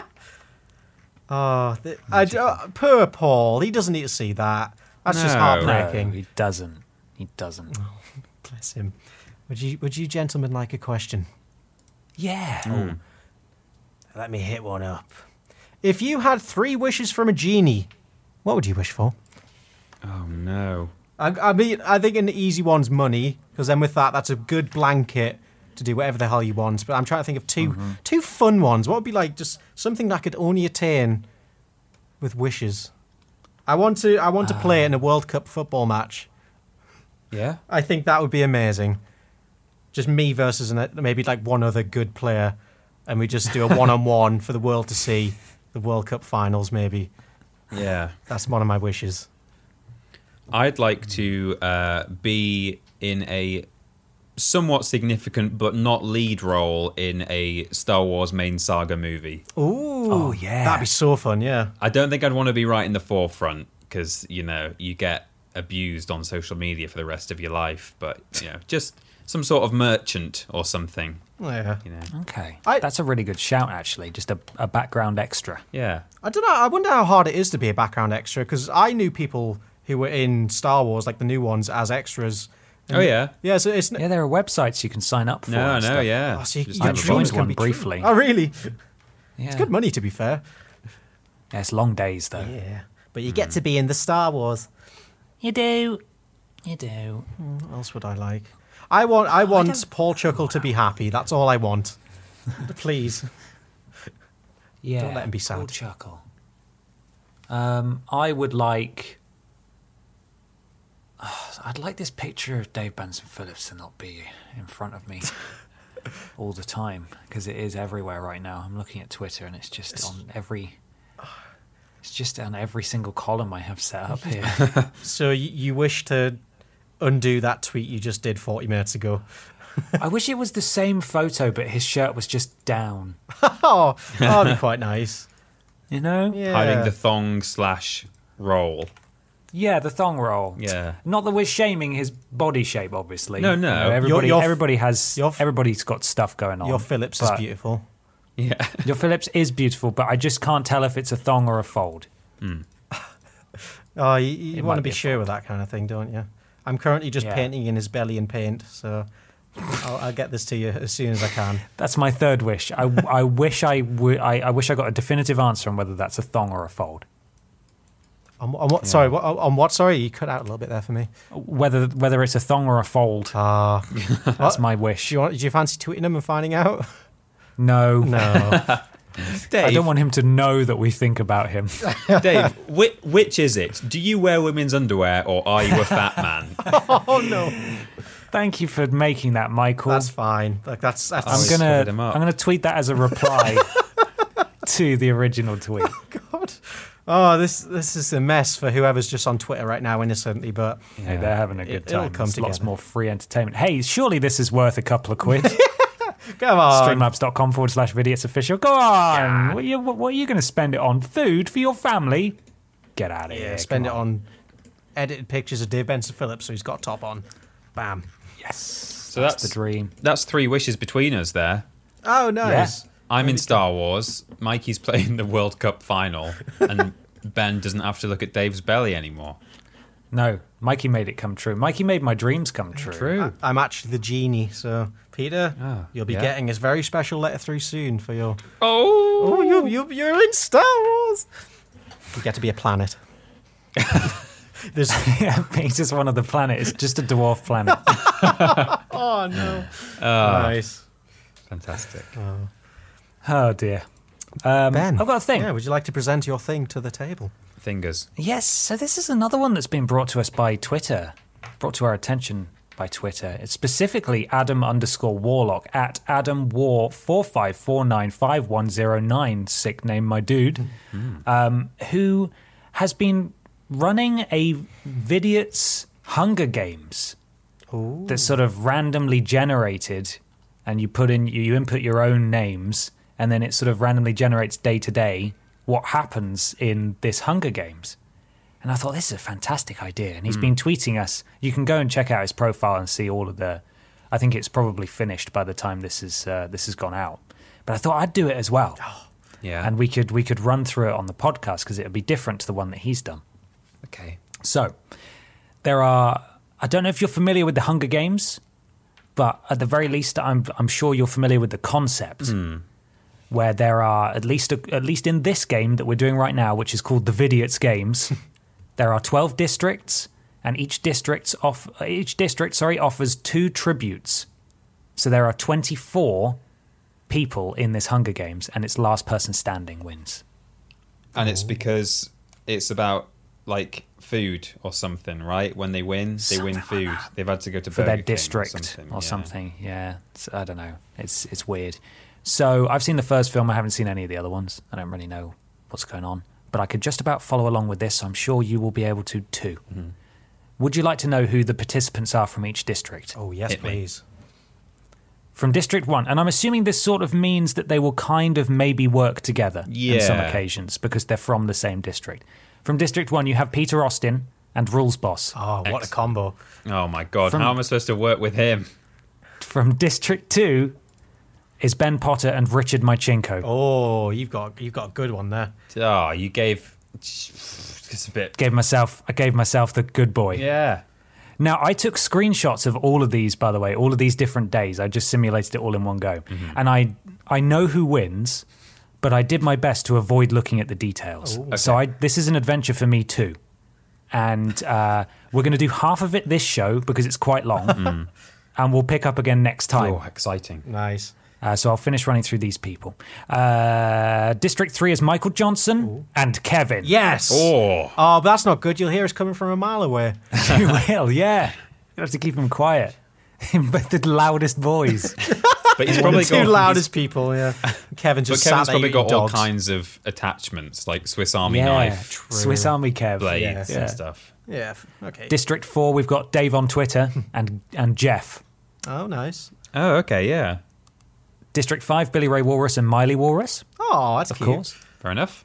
Oh, th- I d- uh, poor Paul. He doesn't need to see that. That's just
No.
no,
heartbreaking.
he doesn't. He doesn't.
Bless him. Would you, would you gentlemen like a question?
Yeah. Oh.
Let me hit one up. If you had three wishes from a genie, what would you wish for?
Oh no.
I, I mean, I think an easy one's money, because then with that, that's a good blanket to do whatever the hell you want. But I'm trying to think of 2
Mm-hmm.
two fun ones. What would be like just something that I could only attain with wishes? I want to, I want to play
Ah.
in a World Cup football match.
Yeah.
I think that would be amazing. Just me versus an, maybe like one other good player, and we just do a one-on-one for the world to see the World Cup finals. Maybe
Yeah.
that's one of my wishes.
I'd like to uh, be in a somewhat significant but not lead role in a Star Wars main saga movie.
Ooh,
Oh, yeah.
that'd be so fun. Yeah,
I don't think I'd want to be right in the forefront because you know you get abused on social media for the rest of your life. But you know, just some sort of merchant or something.
Oh, yeah.
You know,
Okay.
I-
That's a really good shout, actually. Just a, a background extra.
yeah.
I don't know. I wonder how hard it is to be a background extra because I knew people who were in Star Wars, like the new ones, as extras.
Oh yeah.
Yeah, so it's
Yeah, there are websites you can sign up for.
No, no,
and stuff.
yeah.
Oh, so you-
Just
your
I
have a
dreams
voice.
joined
can
one
be true.
briefly.
Oh, really?
Yeah.
It's good money, to be fair.
Yeah, it's long days, though.
Yeah, but
Hmm.
you get to be in the Star Wars.
You do. You do.
Hmm, What else would I like? I want I want Paul Chuckle to be happy. That's all I want. Please.
Yeah.
Don't let him be sad.
We'll chuckle. Um, I would like. Ah, I'd like this picture of Dave Benson Phillips to not be in front of me all the time because it is everywhere right now. I'm looking at Twitter and it's just on every. It's just on every single column I have set up here.
So you, you wish to undo that tweet you just did 40 minutes ago?
I wish it was the same photo, but his shirt was just down.
Oh, that'd be quite nice.
You know?
Yeah.
Hiding the thong slash roll.
Yeah, the thong roll.
Yeah.
Not that we're shaming his body shape, obviously.
No,
You
no.
know,
You're-
everybody,
you're f-
everybody has.
you're f-
everybody's got stuff going on.
Your Phillips is
but-
beautiful.
Yeah.
Your Phillips is beautiful, but I just can't tell if it's a thong or a fold.
Oh, you, you
It
want
might
to be
be a
sure with that kind of thing, don't you? I'm currently just
Yeah.
painting in his belly in paint, so I'll, I'll get this to you as soon as I can.
That's my third wish. I, I wish I would. I, I wish I got a definitive answer on whether that's a thong or a fold.
On, on what? Sorry, what, on what? Sorry, you cut out a little bit there for me.
Whether whether it's a thong or a fold.
Ah,
that's my
do
wish.
you want? Do you fancy tweeting him and finding out?
No,
No.
Dave,
I don't want him to know that we think about him.
Dave, which, which is it? Do you wear women's underwear or are you a fat man?
oh no.
Thank you for making that, Michael.
That's fine. Like that's that's.
Oh,
I'm
he's
gonna
covered him
I'm
up.
gonna tweet that as a reply to the original tweet.
God. Oh, this this is a mess for whoever's just on Twitter right now innocently, but
Hey, they're having a good
It- it'll
time.
come
There's lots
together.
more free entertainment. Hey, surely this is worth a couple of quid.
come on.
Streamlabs.com forward slash vidiots official. Go on. What are you, what are you going to spend it on? Food for your family? Get out of
Yeah,
here.
spend it
Come
on edited pictures of Dave Benson Phillips, so he's got a top on. Bam.
Yes. So
that's-
the dream.
That's three wishes between us there.
Oh nice.
I'm in Star Wars. Mikey's playing the World Cup final, and Ben doesn't have to look at Dave's belly anymore.
No, Mikey made it come true. Mikey made my dreams come true.
I'm actually the genie, so Peter,
Oh,
you'll be
yeah.
getting this very special letter through soon for your.
Oh,
Oh, you you you're in Star Wars. You get to be a planet. There's
yeah, Peter's one of the planet. It's just a dwarf planet.
oh no.
Ah.
nice.
fantastic!
oh, dear. Um,
Ben,
I've got a thing.
Yeah, would you like to present your thing to the table?
Fingers.
Yes, so this is another one that's been brought to us by Twitter, brought to our attention by Twitter. It's specifically Adam underscore Warlock at Adam War four five four nine five one zero nine. Sick name, my dude, um, who has been running a Vidiot's Hunger Games that's sort of randomly generated, and you put in you, you input your own names, and then it sort of randomly generates day to day what happens in this Hunger Games. And I thought this is a fantastic idea, and he's been tweeting us. You can go and check out his profile and see all of the. I think it's probably finished by the time this is uh, this has gone out. But I thought I'd do it as well.
Yeah.
and we could we could run through it on the podcast because it would be different to the one that he's done.
okay.
So there are. I don't know if you're familiar with the Hunger Games, but at the very least, I'm I'm sure you're familiar with the concept, where there are at least at least in this game that we're doing right now, which is called the Vidiots Games. there are twelve districts, and each district's off each district sorry offers two tributes. So there are twenty four people in this Hunger Games, and it's last person standing wins.
And it's because it's about like food or something, right? When they win, they win food. They've had to go to
for their
Burger King
district
or
or
something.
something.
yeah.
Yeah, It's- I don't know. It's it's weird. So I've seen the first film. I haven't seen any of the other ones. I don't really know what's going on, but I could just about follow along with this. so I'm sure you will be able to too.
Mm-hmm.
Would you like to know who the participants are from each district?
Oh, yes,
Hit me.
please.
From District One, and I'm assuming this sort of means that they will kind of maybe work together on some
Yeah.
occasions because they're from the same district. From District One, you have Peter Austin and Rules Boss.
Ah.
Oh, what a combo.
Oh my god,
From-
how am I supposed to work with him?
From District Two is Ben Potter and Richard Mychenko.
Oh, you've got you've got a good one there.
Oh, you gave just a bit.
gave myself I gave myself the good boy.
Yeah.
Now I took screenshots of all of these by the way, all of these different days. I just simulated it all in one go. And I I know who wins, but I did my best to avoid looking at the details. So I this is an adventure for me too. And uh, we're going to do half of it this show because it's quite long. And we'll pick up again next time.
Oh, exciting.
Nice.
Uh, so I'll finish running through these people. Uh, District 3 is Michael Johnson and Kevin.
Yes.
Oh,
Oh, but that's not good. You'll hear us coming from a mile away.
You will, yeah. You have to keep him quiet. but the loudest voice.
but he's
The
probably
two
got
loudest people, yeah. Kevin
But
just
Kevin's
sat there
probably
eating
got all
dogs.
kinds of attachments, like Swiss Army
yeah,
knife,
Swiss Army Kev.
blades,
Yeah.
and stuff.
Yeah. f- Okay.
District Four, we've got Dave on Twitter and and Jeff.
oh, nice.
Oh, okay, yeah,
District Five, Billy Ray Walrus and Miley Walrus,
Oh, that's
of
cute.
course.
fair enough.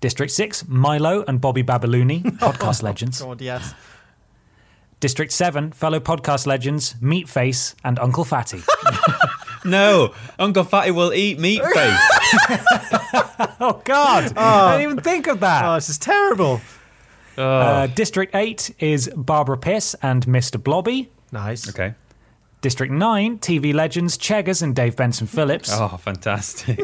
District Six, Milo and Bobby Babaluni, podcast legends.
God, yes.
District Seven, fellow podcast legends Meatface and Uncle Fatty.
No, Uncle Fatty will eat meat face.
oh God, I didn't even think of that.
Ah.
Oh, this is terrible.
Uh, District Eight is Barbara Piss and Mr. Blobby.
Nice.
okay.
District 9, TV legends Cheggers and Dave Benson Phillips.
Oh, fantastic.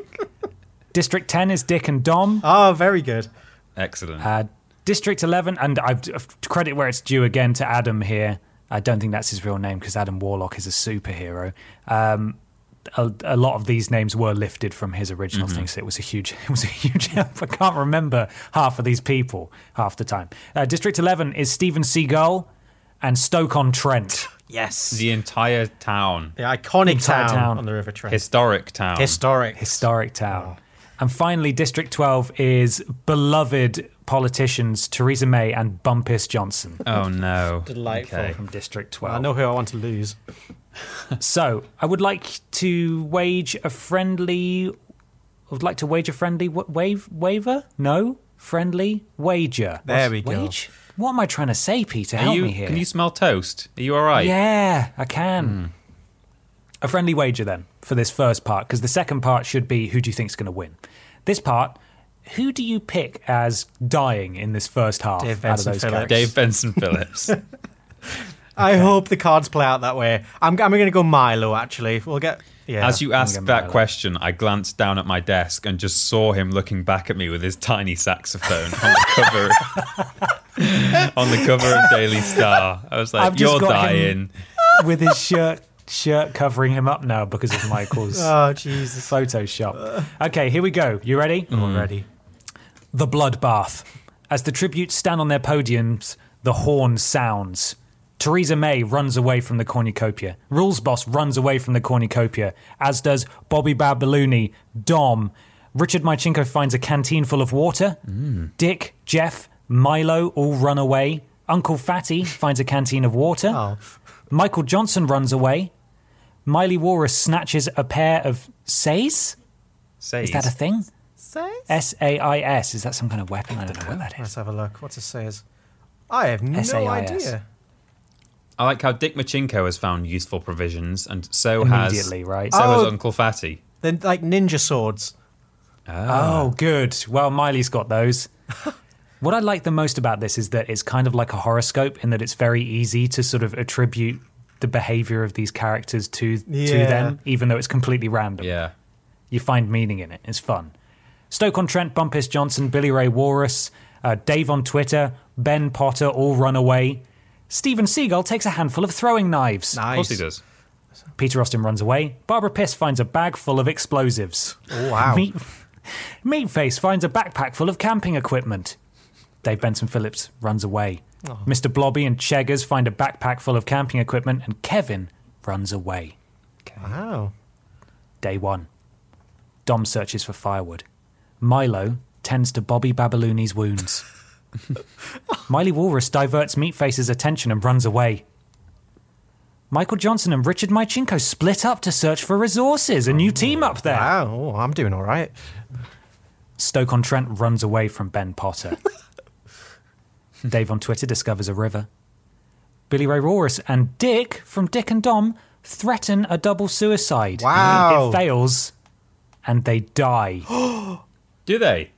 District 10 is Dick and Dom.
Oh, very good.
Excellent.
Uh, District 11, and I've uh, credit where it's due again to Adam here. I don't think that's his real name because Adam Warlock is a superhero. Um, a, a lot of these names were lifted from his original thing, so it was a huge, it was a huge help. I can't remember half of these people half the time. Uh, District 11 is Stephen Seagull and Stoke on Trent.
Yes.
the entire town,
The iconic
Entire
town,
town.
on the River Trent.
historic town.
Historic.
historic town. And finally, District 12 is beloved politicians Theresa May and Bumpus Johnson
oh no.
Delightful.
Okay.
from District
I
12.
know who I want to lose.
So I would like to wage a friendly. I would like to wage a friendly wa- wave waiver. No, friendly wager.
There we go.
Wage? What am I trying to say, Peter?
Are
Help
you,
me here.
Can you smell toast? Are you all right? Hmm.
Yeah, I can. A friendly wager then for this first part, because the second part should be who do you think's going to win. This part, who do you pick as dying in this first half
Dave
out of
Benson
those
Phillips.
characters?
Dave Benson Phillips.
I hope the cards play out that way. I'm, I'm going to go Milo, actually. We'll get. Yeah.
As you asked
gonna
that
buy
question, I glanced down at my desk and just saw him looking back at me with his tiny saxophone on the cover. on the cover of Daily Star, I was like,
I've just
"You're
got
dying."
him- with his shirt shirt covering him up now because of Michael's
Oh, Jesus.
Photoshop. Okay, here we go. You ready?
Hmm.
Already.
The bloodbath. As the tributes stand on their podiums, the horn sounds. Theresa May runs away from the cornucopia. Rules Boss runs away from the cornucopia, as does Bobby Babaluni, Dom. Richard Mychinko finds a canteen full of water. Dick, Jeff, Milo all run away. Uncle Fatty finds a canteen of water.
Oh.
Michael Johnson runs away. Miley Walrus snatches a pair of says.
Says.
Is that a thing?
Says?
Eh.
S A I S. Is that some kind of weapon? I don't know what that
Let's
is.
have a look. What's it says? I have no
S-A-I-S.
idea.
I like how Dick Machinko has found useful provisions, and so
Immediately,
has
right?
So
Oh.
has Uncle Fatty.
They're like ninja swords.
Oh, good. Well, Miley's got those. what I like the most about this is that it's kind of like a horoscope in that it's very easy to sort of attribute the behavior of these characters to to
Yeah.
them, even though it's completely random.
Yeah,
You find meaning in it. It's fun. Stoke on Trent, Bumpus Johnson, Billy Ray Walrus, uh, Dave on Twitter, Ben Potter all run away. Steven Seagal takes a handful of throwing knives.
of
Nice.
course he does.
Peter Austin runs away. Barbara Piss finds a bag full of explosives.
Oh, wow.
Meat, Meatface finds a backpack full of camping equipment. Dave Benson Phillips runs away.
Oh.
Mr. Blobby and Cheggers find a backpack full of camping equipment, and Kevin runs away.
Wow.
Day one. Dom searches for firewood. Milo tends to Bobby Babalooni's wounds. Miley Walrus diverts Meatface's attention and runs away. Michael Johnson and Richard Mychinko split up to search for resources, a new team up there.
Ah.
Wow. Oh, I'm doing all right.
Stoke on Trent runs away from Ben Potter. Dave on Twitter discovers a river. Billy Ray Rorus and Dick from Dick and Dom threaten a double suicide.
Wow.
It fails and they die.
Do they?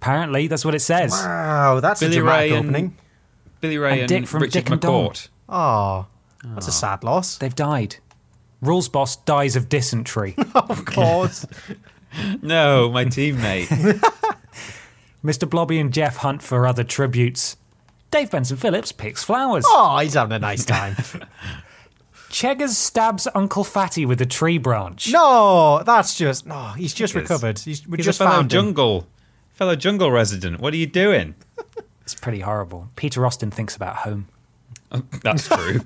Apparently, that's what it says.
Wow, that's
Billy
a dramatic
Ray and-
opening.
Billy Ray
And
and,
Dick from
Richard
Dick and Dom.
McCourt.
Oh, that's a sad loss.
They've died. Rules boss dies of dysentery.
Of course.
No, my teammate.
Mr. Blobby and Jeff hunt for other tributes. Dave Benson Phillips picks flowers.
oh, he's having a nice time.
Cheggers stabs Uncle Fatty with a tree branch.
no, that's just no. He's just
He is.
recovered. He's, we
He's
just
a fellow
found him.
jungle, fellow jungle resident. What are you doing?
It's pretty horrible. Peter Austin thinks about home.
That's true.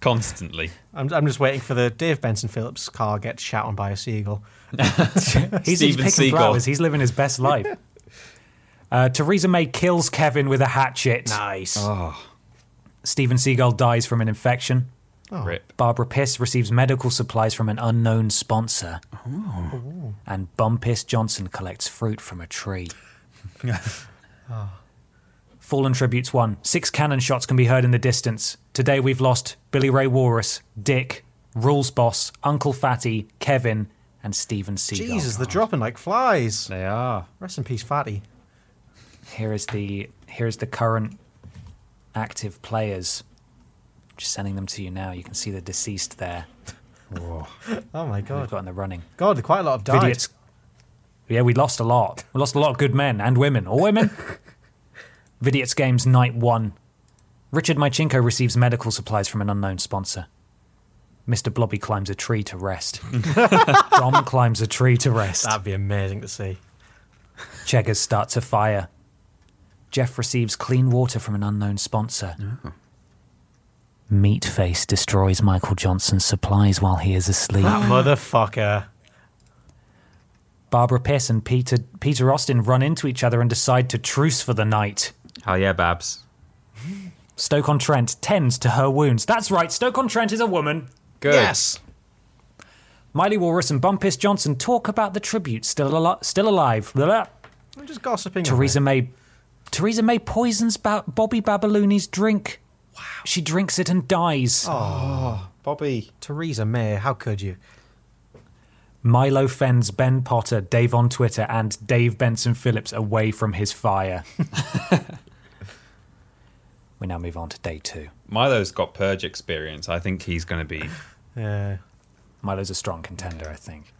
Constantly.
I'm, I'm just waiting for the Dave Benson Phillips car gets shot on by a seagull.
He's, he's
Steven
picking
Seagal.
flowers. He's living his best life. Uh, Theresa May kills Kevin with a hatchet.
Nice.
Steven Seagal dies from an infection.
Rip.
Barbara Piss receives medical supplies from an unknown sponsor. And Bumpus Johnson collects fruit from a tree. Fallen Tributes 1. Six cannon shots can be heard in the distance. Today we've lost Billy Ray Walrus, Dick, Rules Boss, Uncle Fatty, Kevin, and Steven Seagal.
Jesus, they're dropping like flies.
They are.
Rest in peace, Fatty.
here is the here is the current active players. Just sending them to you now. You can see the deceased there.
Oh my
We've
god.
got in the running.
God, quite a lot of died.
Vidiots- Yeah, we lost a lot. We lost a lot of good men and women, or women. Vidiot's Games Night 1. Richard Mychinko receives medical supplies from an unknown sponsor. Mr. Blobby climbs a tree to rest. Dom climbs a tree to rest.
That'd be amazing to see.
Cheggers starts a fire. Jeff receives clean water from an unknown sponsor. Oh. Meatface destroys Michael Johnson's supplies while he is asleep.
Motherfucker.
Barbara Piss and Peter Peter Austin run into each other and decide to truce for the night.
Oh yeah, Babs.
Stoke on Trent tends to her wounds. That's right, Stoke on Trent is a woman.
Good.
Yes.
Miley Walrus and Bumpus Johnson talk about the tribute still, al- still alive. Blah, blah.
I'm just gossiping.
Theresa May. Theresa May poisons ba- Bobby Babalooni's drink. Wow. She drinks it and dies.
Bobby.
Theresa May, how could you?
Milo fends Ben Potter, Dave on Twitter, and Dave Benson Phillips away from his fire. we now move on to day two.
Milo's got purge experience. I think he's going to be.
Yeah.
Milo's a strong contender, I think.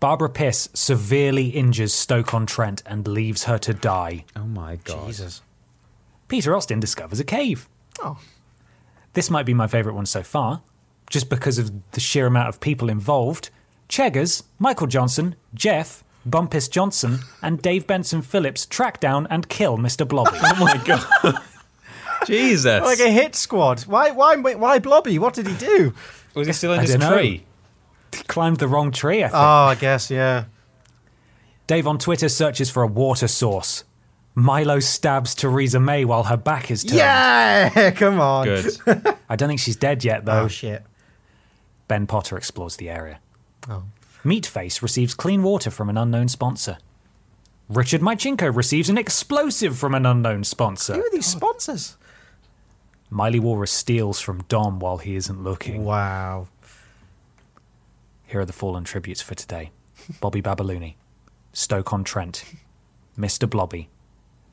Barbara Piss severely injures Stoke on Trent and leaves her to die.
Oh my god.
Jesus.
Peter Austin discovers a cave.
Oh.
This might be my favourite one so far, just because of the sheer amount of people involved. Cheggers, Michael Johnson, Jeff, Bumpus Johnson, and Dave Benson Phillips track down and kill Mr. Blobby.
Jesus.
Like a hit squad. Why? Why? Why Blobby? What did he do?
Was he still in
I
his
don't know.
tree?
climbed the wrong tree, I think.
Oh, I guess yeah.
Dave on Twitter searches for a water source. Milo stabs Theresa May while her back is turned.
Yeah, come on.
Good.
I don't think she's dead yet, though.
Oh, shit.
ben Potter explores the area.
Oh.
Meatface receives clean water from an unknown sponsor. Richard Mychinko receives an explosive from an unknown sponsor.
Who are these sponsors?
Miley Walrus steals from Dom while he isn't looking.
Wow.
Here are the fallen tributes for today Bobby Babaluni, Stoke on Trent, Mr. Blobby,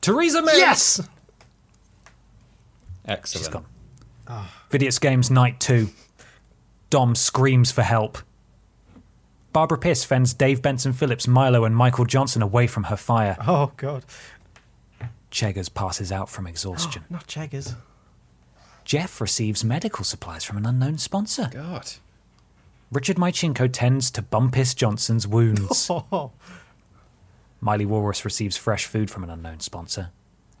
Theresa May!
Yes!
Excellent.
She's gone. Videos Games Night 2. Dom screams for help. Barbara Piss fends Dave Benson Phillips, Milo, and Michael Johnson away from her fire.
Oh, God.
Cheggers passes out from exhaustion.
Not Cheggers.
Jeff receives medical supplies from an unknown sponsor.
God.
Richard Mychinko tends to Bumpus Johnson's wounds.
Oh,
Miley Walrus receives fresh food from an unknown sponsor.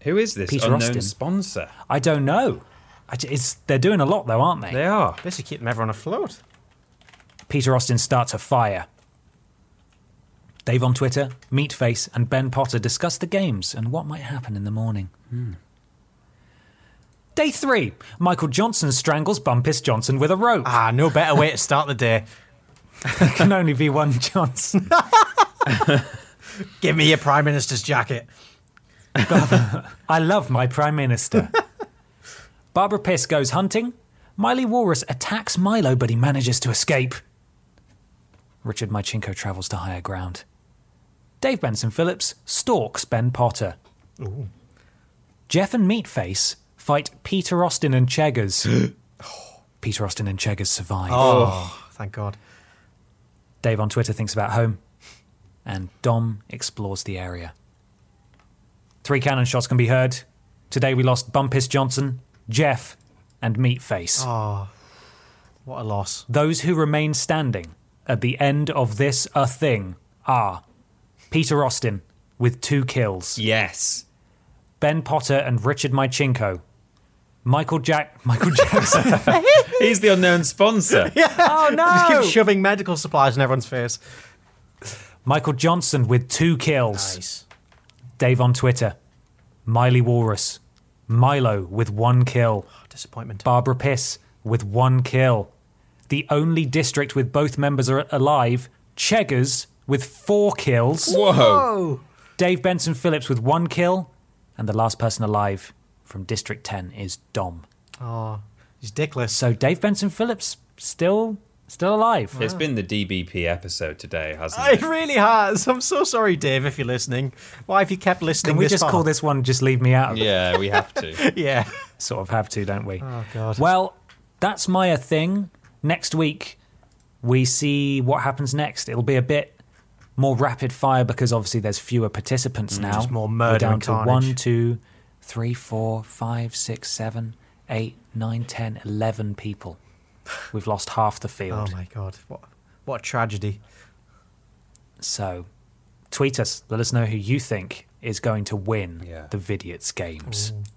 Who is this
Peter
unknown
Austin.
sponsor?
I don't know. I j- It's, they're doing a lot, though, aren't
They are.
basically keeping everyone afloat.
Peter Austin starts a fire. Dave on Twitter, Meatface, and Ben Potter discuss the games and what might happen in the morning. Day three. Michael Johnson strangles Bumpus Johnson with a rope.
Ah, no better way to start the day.
There can only be one Johnson.
Give me your Prime Minister's jacket.
I love my Prime Minister. Barbara Piss goes hunting. Miley Walrus attacks Milo, but he manages to escape. Richard Mychinko travels to higher ground. Dave Benson Phillips stalks Ben Potter. Jeff and Meatface fight Peter Austin and Cheggers. Peter Austin and Cheggers survive.
Oh, thank God.
Dave on Twitter thinks about home, and Dom explores the area. Three cannon shots can be heard. Today we lost Bumpus Johnson, Jeff, and Meatface.
What a loss.
Those who remain standing at the end of this a thing are Peter Austin with two kills,
Yes.
Ben Potter and Richard Mychinko, Michael Jack, Michael Jackson.
He's the unknown sponsor.
oh
Just
no!
keep shoving medical supplies in everyone's face.
Michael Johnson with two kills.
Nice.
Dave on Twitter, Miley Walrus, Milo with one kill,
Disappointment.
Barbara Piss with one kill. The only district with both members are alive, Cheggers with four kills,
Whoa.
Dave Benson Phillips with one kill, and the last person alive from District 10 is Dom.
He's dickless.
So Dave Benson Phillips still still alive.
It's been the DBP episode today, hasn't
It
it?
really has. I'm so sorry, Dave, if you're listening. Why have you kept listening
Can we
this
just
far?
call this one just leave me out of it?
Yeah, we have to.
Yeah.
Sort of have to, don't we?
Oh, God.
Well, that's my a thing. Next week, we see what happens next. It'll be a bit more rapid fire because obviously there's fewer participants now.
Mm, just more
We're
murder
down
and
to
carnage.
one, two, three, four, five, six, seven, eight, nine, ten, eleven people. We've lost half the
Oh,
field.
my God. What, what a tragedy.
so tweet us. Let us know who you think is going to win
Yeah.
the Vidiots games.
Mm.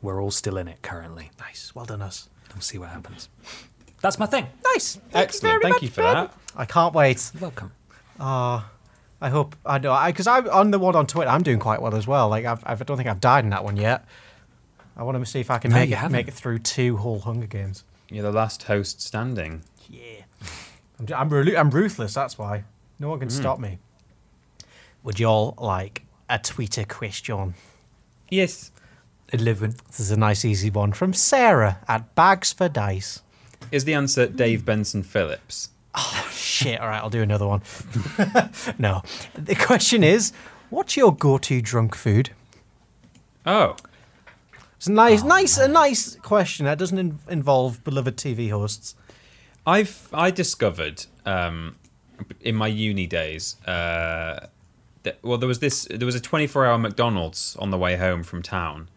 We're all still in it currently.
Nice. Well done, us.
We'll see what happens. That's my thing.
Nice.
Excellent. Thank you for that.
I can't wait.
You're welcome.
I hope I know because I'm on the one on Twitter. I'm doing quite well as well. Like I've, I've, I don't think I've died in that one yet. I want to see if I can
No,
make
you
it,
haven't.
make it through two whole Hunger Games.
You're the last host standing.
I'm, ju- I'm, relu- I'm ruthless. That's why no one can stop me. Hmm. Would you all like a Twitter question?
Yes.
Eleven.
This is a nice, easy one from Sarah at Bags for Dice.
Is the answer Dave Benson Phillips?
Shit. All right, I'll do another one. no, the question is, what's your go-to drunk food?
Oh.
It's a nice, nice, a nice question that doesn't in- involve beloved TV hosts.
I've I discovered um, in my uni days. Uh, that, well, there was this. There was a twenty-four hour McDonald's on the way home from town,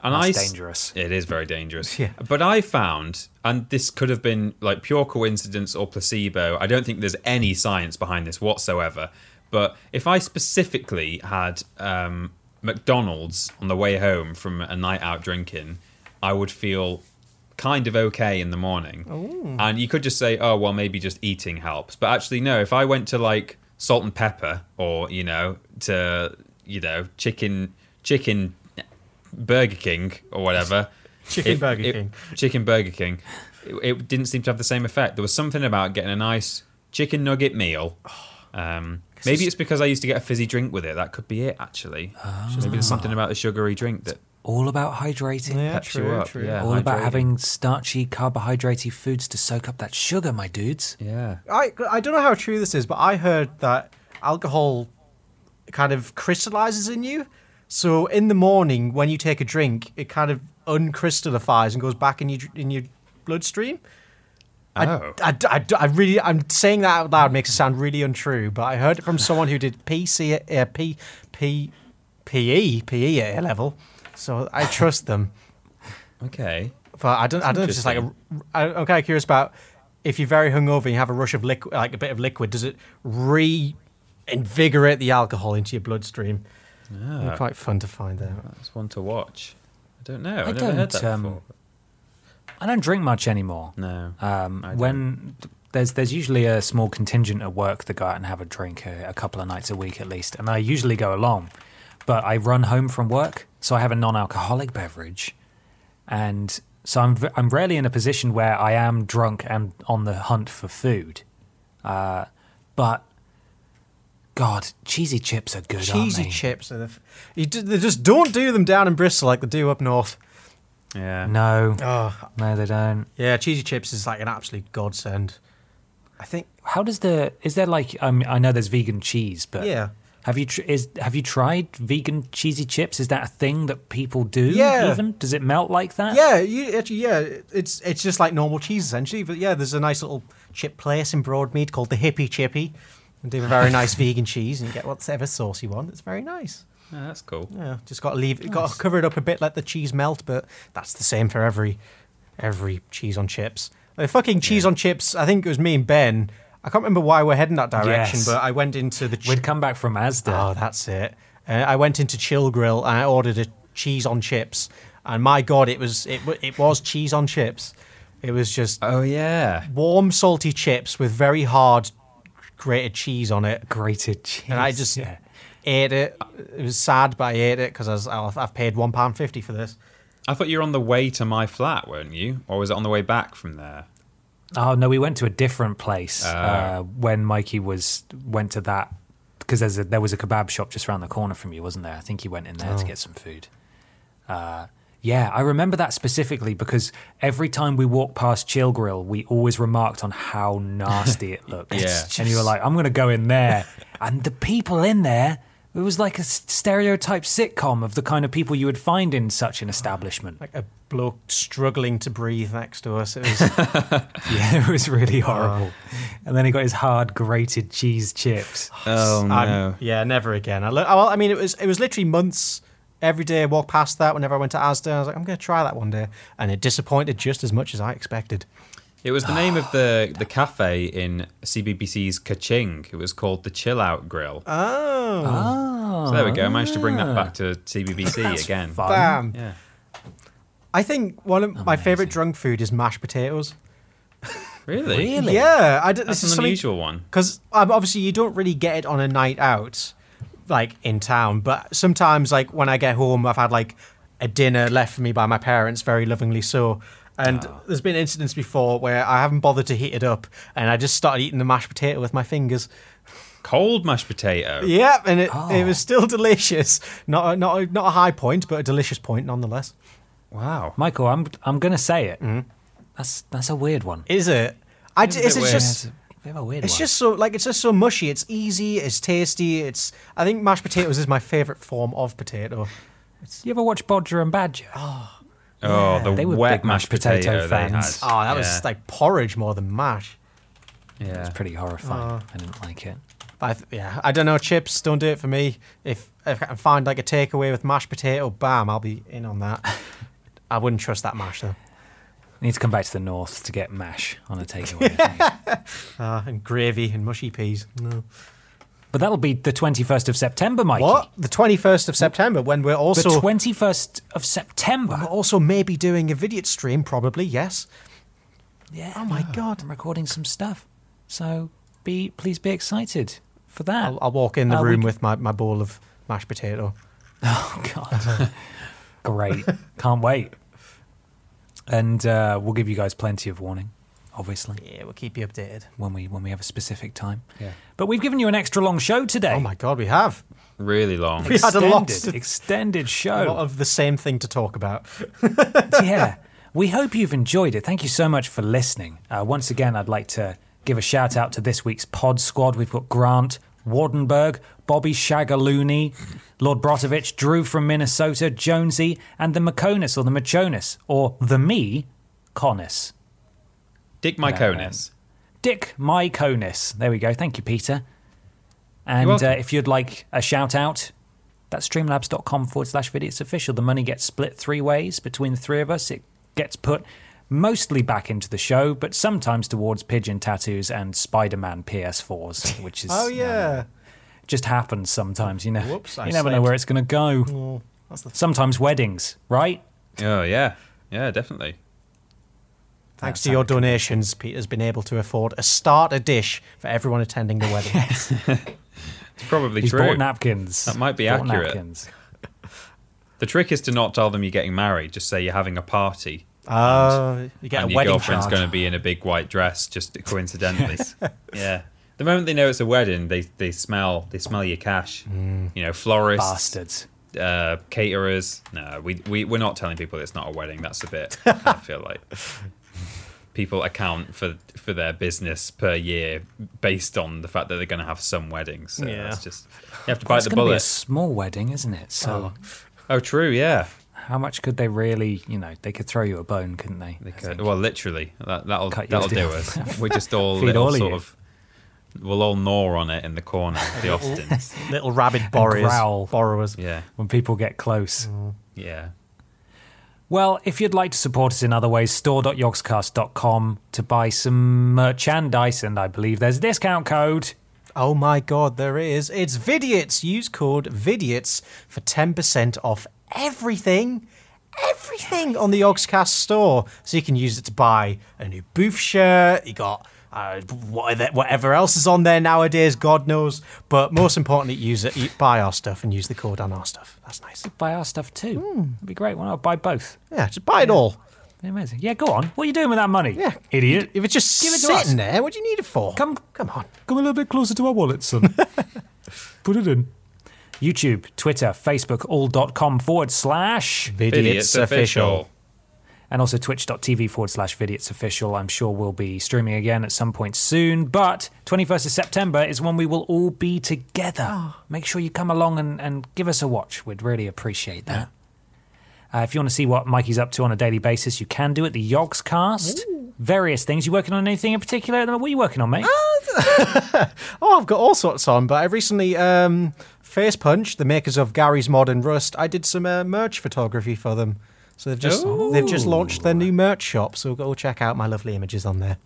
and
That's
I s-
dangerous.
It is very dangerous.
Yeah.
But I found, and this could have been like pure coincidence or placebo. I don't think there's any science behind this whatsoever. But if I specifically had um, McDonald's on the way home from a night out drinking, I would feel kind of okay in the morning. And you could just say, oh, well, maybe just eating helps. But actually, no, if I went to like salt and pepper or, you know, to, you know, chicken, chicken Burger King or whatever,
Chicken
It-
Burger
it-
King.
Chicken Burger King. It, it didn't seem to have the same effect. There was something about getting a nice chicken nugget meal. Um, maybe it's because I used to get a fizzy drink with it. That could be it, actually. maybe there's something about a sugary drink that
All about hydrating.
Yeah,
peps you
true,
up.
true.
Yeah,
All about
hydrating.
having starchy, carbohydrate foods to soak up that sugar, my dudes.
Yeah.
I, I don't know how true this is, but I heard that alcohol kind of crystallizes in you. So in the morning, when you take a drink, it kind of uncrystallifies and goes back in your in your bloodstream.
Oh.
I, I, I, I really, I'm saying that out loud makes it sound really untrue, but I heard it from someone who did PC, uh, P, P, PE, PE at A level, so I trust them.
Okay.
But I don't, I don't know if it's just like, a, I, I'm kind of curious about if you're very hungover and you have a rush of liquid, like a bit of liquid, does it reinvigorate the alcohol into your bloodstream?
Ah.
It'd be Quite fun to find out.
That's one to watch. I don't know. I,
I
never heard
don't,
that
um,
before.
I don't drink much anymore.
No.
Um,
I
when there's there's usually a small contingent at work that go out and have a drink a, a couple of nights a week at least, and I usually go along. But I run home from work, so I have a non-alcoholic beverage, and so I'm v- I'm rarely in a position where I am drunk and on the hunt for food. Uh, but God, cheesy chips are good.
Cheesy
aren't they?
chips, are the f- you d- they just don't do them down in Bristol like they do up north.
Yeah.
No,
Oh,
no, they don't.
Yeah, cheesy chips is like an absolute godsend. I think
How does the is there like um, I know there's vegan cheese, but
Yeah.
have you tr- is have you tried vegan cheesy chips? Is that a thing that people do?
Yeah.
even does it melt like that?
yeah, you, actually yeah, it's it's just like normal cheese essentially. But yeah, there's a nice little chip place in Broadmead called the Hippie Chippy, and they have a very nice vegan cheese, and you get whatever sauce you want. It's very nice.
Yeah, that's cool.
Yeah, just got to leave, got to cover it up a bit, let the cheese melt. But that's the same for every every cheese on chips. The fucking cheese on chips. I think it was me and Ben. I can't remember why we're heading that direction,
Yes.
but I went into the. chi-
we'd come back from Asda.
Oh, that's it. Uh, I went into Chill Grill and I ordered a cheese on chips, and my God, it was it wa- it was cheese on chips. It was
Uh,
just
Oh yeah.
warm, salty chips with very hard grated cheese on it,
Grated cheese.
and I just
yeah.
ate it. It was sad, but I ate it because I was, I've I've paid one pound fifty for this.
I thought you were on the way to my flat, weren't you? Or was it on the way back from there?
Oh no, we went to a different place uh, when Mikey was went to that because there's a, there was a kebab shop just around the corner from you, wasn't there? I think he went in there to get some food. Uh, yeah, I remember that specifically because every time we walked past Chill Grill, we always remarked on how nasty it looked.
Yeah.
and you were like, "I'm going to go in there," and the people in there. It was like a s- stereotype sitcom of the kind of people you would find in such an establishment.
Like a bloke struggling to breathe next to us. It was
Yeah, it was really horrible. And then he got his hard grated cheese chips.
Oh
I'm- yeah, never again. I, lo- well, I mean, it was it was literally months. Every day I walked past that whenever I went to Asda, I was like, I'm going to try that one day, and it disappointed just as much as I expected.
It was the name of the the cafe in CBBC's Kaching. It was called the Chill Out Grill.
Oh,
Oh, Ah.
so there we go. I managed to bring that back to CBBC again.
fun.
bam!
Yeah.
I think one of my favorite drunk food is mashed potatoes.
Really?
Really?
Yeah, I don't,
That's
this is
an
something
unusual one.
because um, obviously you don't really get it on a night out, like in town. But sometimes, like when I get home, I've had like a dinner left for me by my parents, very lovingly so. And
Ah.
there's been incidents before where I haven't bothered to heat it up, and I just started eating the mashed potato with my fingers.
Cold mashed potato.
Yep, and it, it
Oh.
was still delicious. Not a, not a, not a high point, but a delicious point nonetheless.
Wow.
Michael, I'm I'm gonna say it.
Mm-hmm.
That's that's a weird one.
Is it? I d-
a bit
is it
weird.
just?
It's a bit of a weird
It's
one.
just so like it's just so mushy. It's easy. It's tasty. It's I think mashed potatoes is my favorite form of potato.
you ever watch Bodger and Badger?
Oh, the
They were
wet
big mashed potato fans.
They had.
Oh, that
Yeah.
was like porridge more than mash.
yeah.
It's pretty
Uh.
horrifying. I didn't like it.
But I th- yeah, I don't know. Chips don't do it for me. If if I can find like a takeaway with mashed potato, bam, I'll be in on that. I wouldn't trust that mash though.
I need to come back to the north to get mash on a takeaway. I think.
Uh, and gravy and mushy peas. No.
but that'll be the 21st of September, Mikey.
What? The twenty first of September when we're
The
also
21st of
we're
September.
also maybe doing a video stream probably. Yes.
Yeah.
Oh my God.
I'm recording some stuff. So be please be excited for that.
I'll, I'll walk in the
Uh, we
room
c-
with my, my bowl of mashed potato.
Oh God! Great! Can't wait. and uh, we'll give you guys plenty of warning, obviously,
Yeah, we'll keep you updated.
when we when we have a specific time.
Yeah.
But we've given you an extra long show today.
Oh my god, we have
Really long.
We had a lot
Extended- oh.
to-
extended
a lot
show.
of the same thing to talk about.
yeah. We hope you've enjoyed it. Thank you so much for listening. Uh, once again, I'd like to give a shout out to this week's pod squad. We've got Grant Wardenberg, Bobby Shagalooney, Lord Brotovich, Drew from Minnesota, Jonesy, and the Maconis or the Machonis or the me, Conis.
Dick Myconis.
Dick Myconis. There we go. Thank you, Peter. And
welcome.
uh, if you'd like a shout out, that's streamlabs.com forward slash videos official. The money gets split three ways between the three of us. It gets put mostly back into the show, but sometimes towards pigeon tattoos and Spider Man PS4s, which is.
Oh
you know,
yeah,
just happens sometimes, you know.
Whoops, I Oh,
you never know
slipped.
where it's going to go. Sometimes weddings, right?
Oh yeah, yeah, definitely.
thanks to your donations, Peter's been able to afford a starter dish for everyone attending the wedding.
It's probably
He's
true.
bought napkins.
That might be
Bought
accurate.
Napkins.
the trick is to not tell them you're getting married. Just say you're having a party.
Uh, you get
and
a
your
wedding
girlfriend's
charge.
going to be in a big white dress, just coincidentally. yeah. The moment they know it's a wedding, they, they smell they smell your cash.
Mm.
You know, florists,
Bastards.
uh, caterers. No, we, we we're not telling people it's not a wedding. That's a bit. I feel like people account for for their business per year based on the fact that they're going to have some weddings. So
Yeah.
yeah, that's just you have to bite
It's
the
going to be a
bullet.
small wedding, isn't it? So
Oh, true. Yeah,
How much could they really, you know, they could throw you a bone, couldn't they?
They could- well, literally, that, that'll
Cut you
that'll do
down.
us. We're just all
Feed
little
all of
sort
you.
of. We'll all gnaw on it in the corner, the Austins.
Little rabid borrowers.
growl.
Borrowers.
Yeah,
When people get close.
yeah.
Well, if you'd like to support us in other ways, store.yogscast.com to buy some merchandise, and I believe there's a discount code.
Oh my god, there is. It's Vidiots. Use code Vidiots for 10% off everything. Everything on the Yogscast store. So you can use it to buy a new booth shirt. You got uh, what- whatever else is on there nowadays, God knows. But most importantly, use it. you Buy our stuff and use the code on our stuff. That's nice.
Buy our stuff too. That'd be great. Why not buy both?
Yeah, just buy it all.
Be Amazing. Yeah, go on. What are you doing with that money?
Yeah.
Idiot.
If it's just
Give it to
sitting
us.
there, what do you need it for?
Come-
come on.
Come a little bit closer to our wallet, son. Put it in. YouTube, Twitter, Facebook, all.com forward slash.
Idiots official.
and also twitch.tv forward slash vidiots official i'm sure we'll be streaming again at some point soon but 21st of september is when we will all be together make sure you come along and, and give us a watch we'd really appreciate that uh, if you want to see what mikey's up to on a daily basis you can do it the yogscast various things you working on anything in particular what are you working on mate
Oh, I've got all sorts on, but I recently, um, Face Punch, the makers of Gary's Modern Rust, I did some uh, merch photography for them. So they've just they've just launched their new merch shop. So go check out my lovely images on there.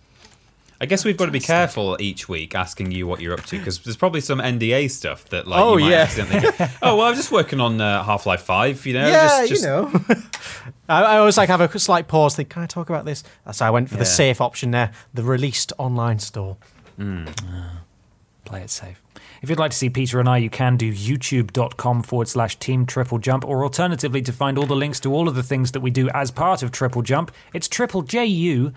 I guess we've got to be careful each week asking you what you're up to because there's probably some NDA stuff that like
Oh,
you might
yeah.
accidentally. oh well, I'm just working on uh, Half Life Five. You know,
yeah,
just, just,
you know. I, I always like have a slight pause. Think, can I talk about this? So I went for the
Yeah.
safe option there, the released online store.
play it safe. If you'd like to see Peter and I, you can do youtube.com forward slash team triple jump, or alternatively, to find all the links to all of the things that we do as part of triple jump, it's triple ju.mp.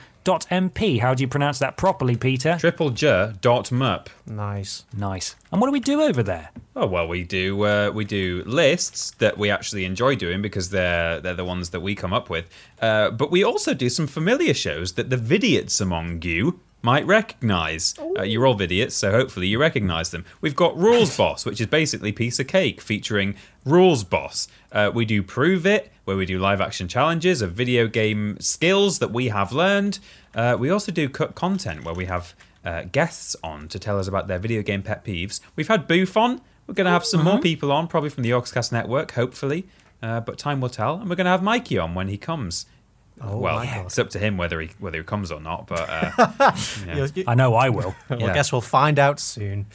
How do you pronounce that properly, Peter?
Triple J dot Mup.
Nice.
nice. And what do we do over there?
Oh well, we do uh, we do lists that we actually enjoy doing because they're they're the ones that we come up with. Uh, but we also do some familiar shows that the vidiots among you might recognise. Uh, you're all vidiots, so hopefully you recognise them. We've got Rules Boss, which is basically piece of cake featuring Rules Boss. Uh, we do Prove It, where we do live action challenges of video game skills that we have learned. Uh, we also do cut content where we have uh, guests on to tell us about their video game pet peeves. We've had Booth on. We're going to have some
Mm-hmm.
more people on, probably from the Oxcast Network, hopefully. Uh, but time will tell. And we're going to have Mikey on when he comes. Oh, well,
my God.
it's up to him whether he whether he comes or not. But uh,
You- you-
I know I will.
well, I guess we'll find out soon.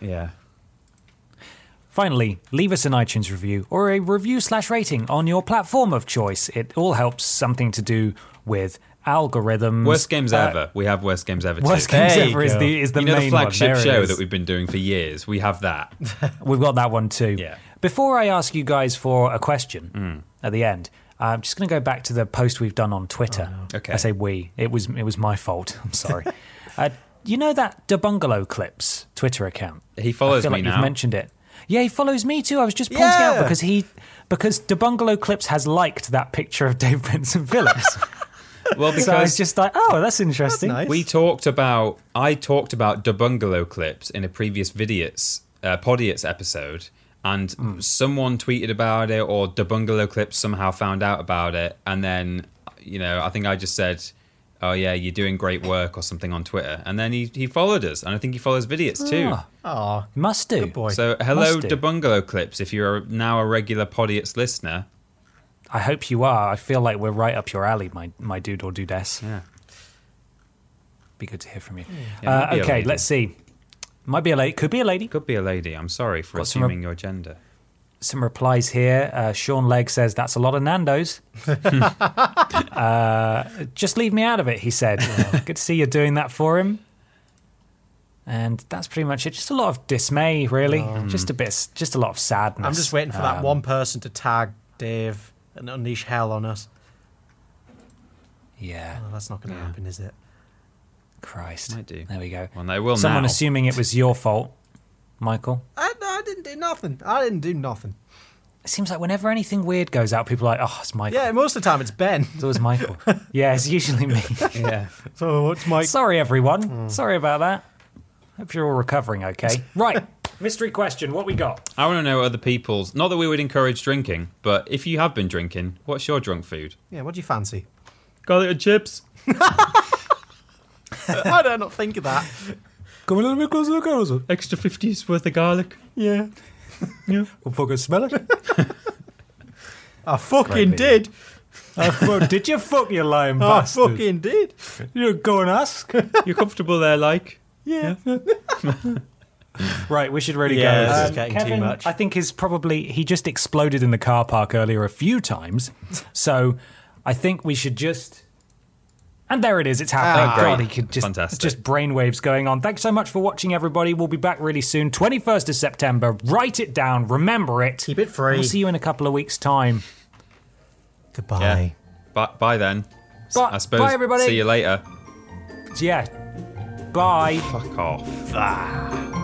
yeah,
Finally, leave us an iTunes review or a review slash rating on your platform of choice. It all helps something to do with algorithms.
worst games
Uh,
ever. We have worst games ever.
Worst
too.
games
There you
ever is
go.
the, is the
you know
main
the
one.
flagship
There it
show
is.
that we've been doing for years. We have that.
We've got that one too.
Yeah. Mm.
Before I ask you guys for a question at the end, I'm just going to go back to the post we've done on Twitter.
Oh, Okay.
I say we. It was it was my fault. I'm sorry. uh, you know that Debungalow Clips Twitter account?
He follows
I feel
me
like
now.
You've mentioned it. Yeah, he follows me too. I was just pointing out
Yeah.
because he because Debungalow Clips has liked that picture of Dave Benson Phillips.
Well,
so I was
because
just like, oh, that's interesting.
nice.
we talked about, I talked about Debungalow clips in a previous Vidiots, uh, Podiots episode, and
Hmm.
someone tweeted about it, or Debungalow clips somehow found out about it, and then, you know, I think I just said, "Oh yeah, you're doing great work" or something on Twitter, and then he he followed us, and I think he follows Vidiots too.
Ah,
Oh,
must do.
good boy.
So, hello,
Must do.
Debungalow clips. If you're now a regular Podiots listener,
I hope you are. I feel like we're right up your alley, my my dude or dudess.
yeah,
Be good to hear from you.
Yeah, might
uh,
be a
okay,
lady.
let's see. Might be a lady. Could be a lady.
could be a lady. I'm sorry for
Got some-
assuming your gender.
Some replies here. Uh, Sean Legg says that's a lot of Nando's. uh, just leave me out of it, he said. good to see you doing that for him. And that's pretty much it. Just a lot of dismay, really.
Hmm.
Just a bit. Just a lot of sadness.
I'm just waiting for that
Um,
one person to tag Dave and unleash hell on us.
Yeah.
Oh, that's not going to
Yeah.
happen, is it?
Christ.
Might do.
There we go.
Well, they will
Someone
now.
assuming it was your fault, Michael.
I, no, I didn't do nothing. I didn't do nothing.
It seems like whenever anything weird goes out, people are like, oh, it's Michael.
Yeah, most of the time it's Ben.
It's always Michael. yeah, it's usually me.
yeah.
So it's Mike.
Sorry, everyone. Sorry about that. Hope you're all recovering okay. Right. Mystery question. What we got?
I want to know other people's. Not that we would encourage drinking, but if you have been drinking, what's your drunk food?
Yeah, what do you fancy?
Garlic and chips.
Why did I not think of that?
Come a little bit closer to the closer.
Extra 50s worth of garlic.
Yeah.
Well, fucking smell it.
I fucking
Great
did.
did you Oh, fuck your lying
I fucking did.
You go and ask.
You're comfortable there, like?
Yeah.
right, we should really
Yeah,
go. Um,
this is getting too
Kevin,
much.
I think is probably he just exploded in the car park earlier a few times, so I think we should just. And there it is. It's happening.
Ah,
God,
great.
he could just
Fantastic.
just brainwaves going on. Thanks so much for watching, everybody. We'll be back really soon, twenty first of September. Write it down. Remember it.
Keep it free.
We'll see you in a couple of weeks' time.
Goodbye.
Yeah. But bye then. S-
Bye-
I suppose.
bye, everybody.
See you later.
Yeah. Bye.
Fuck off.
Bye.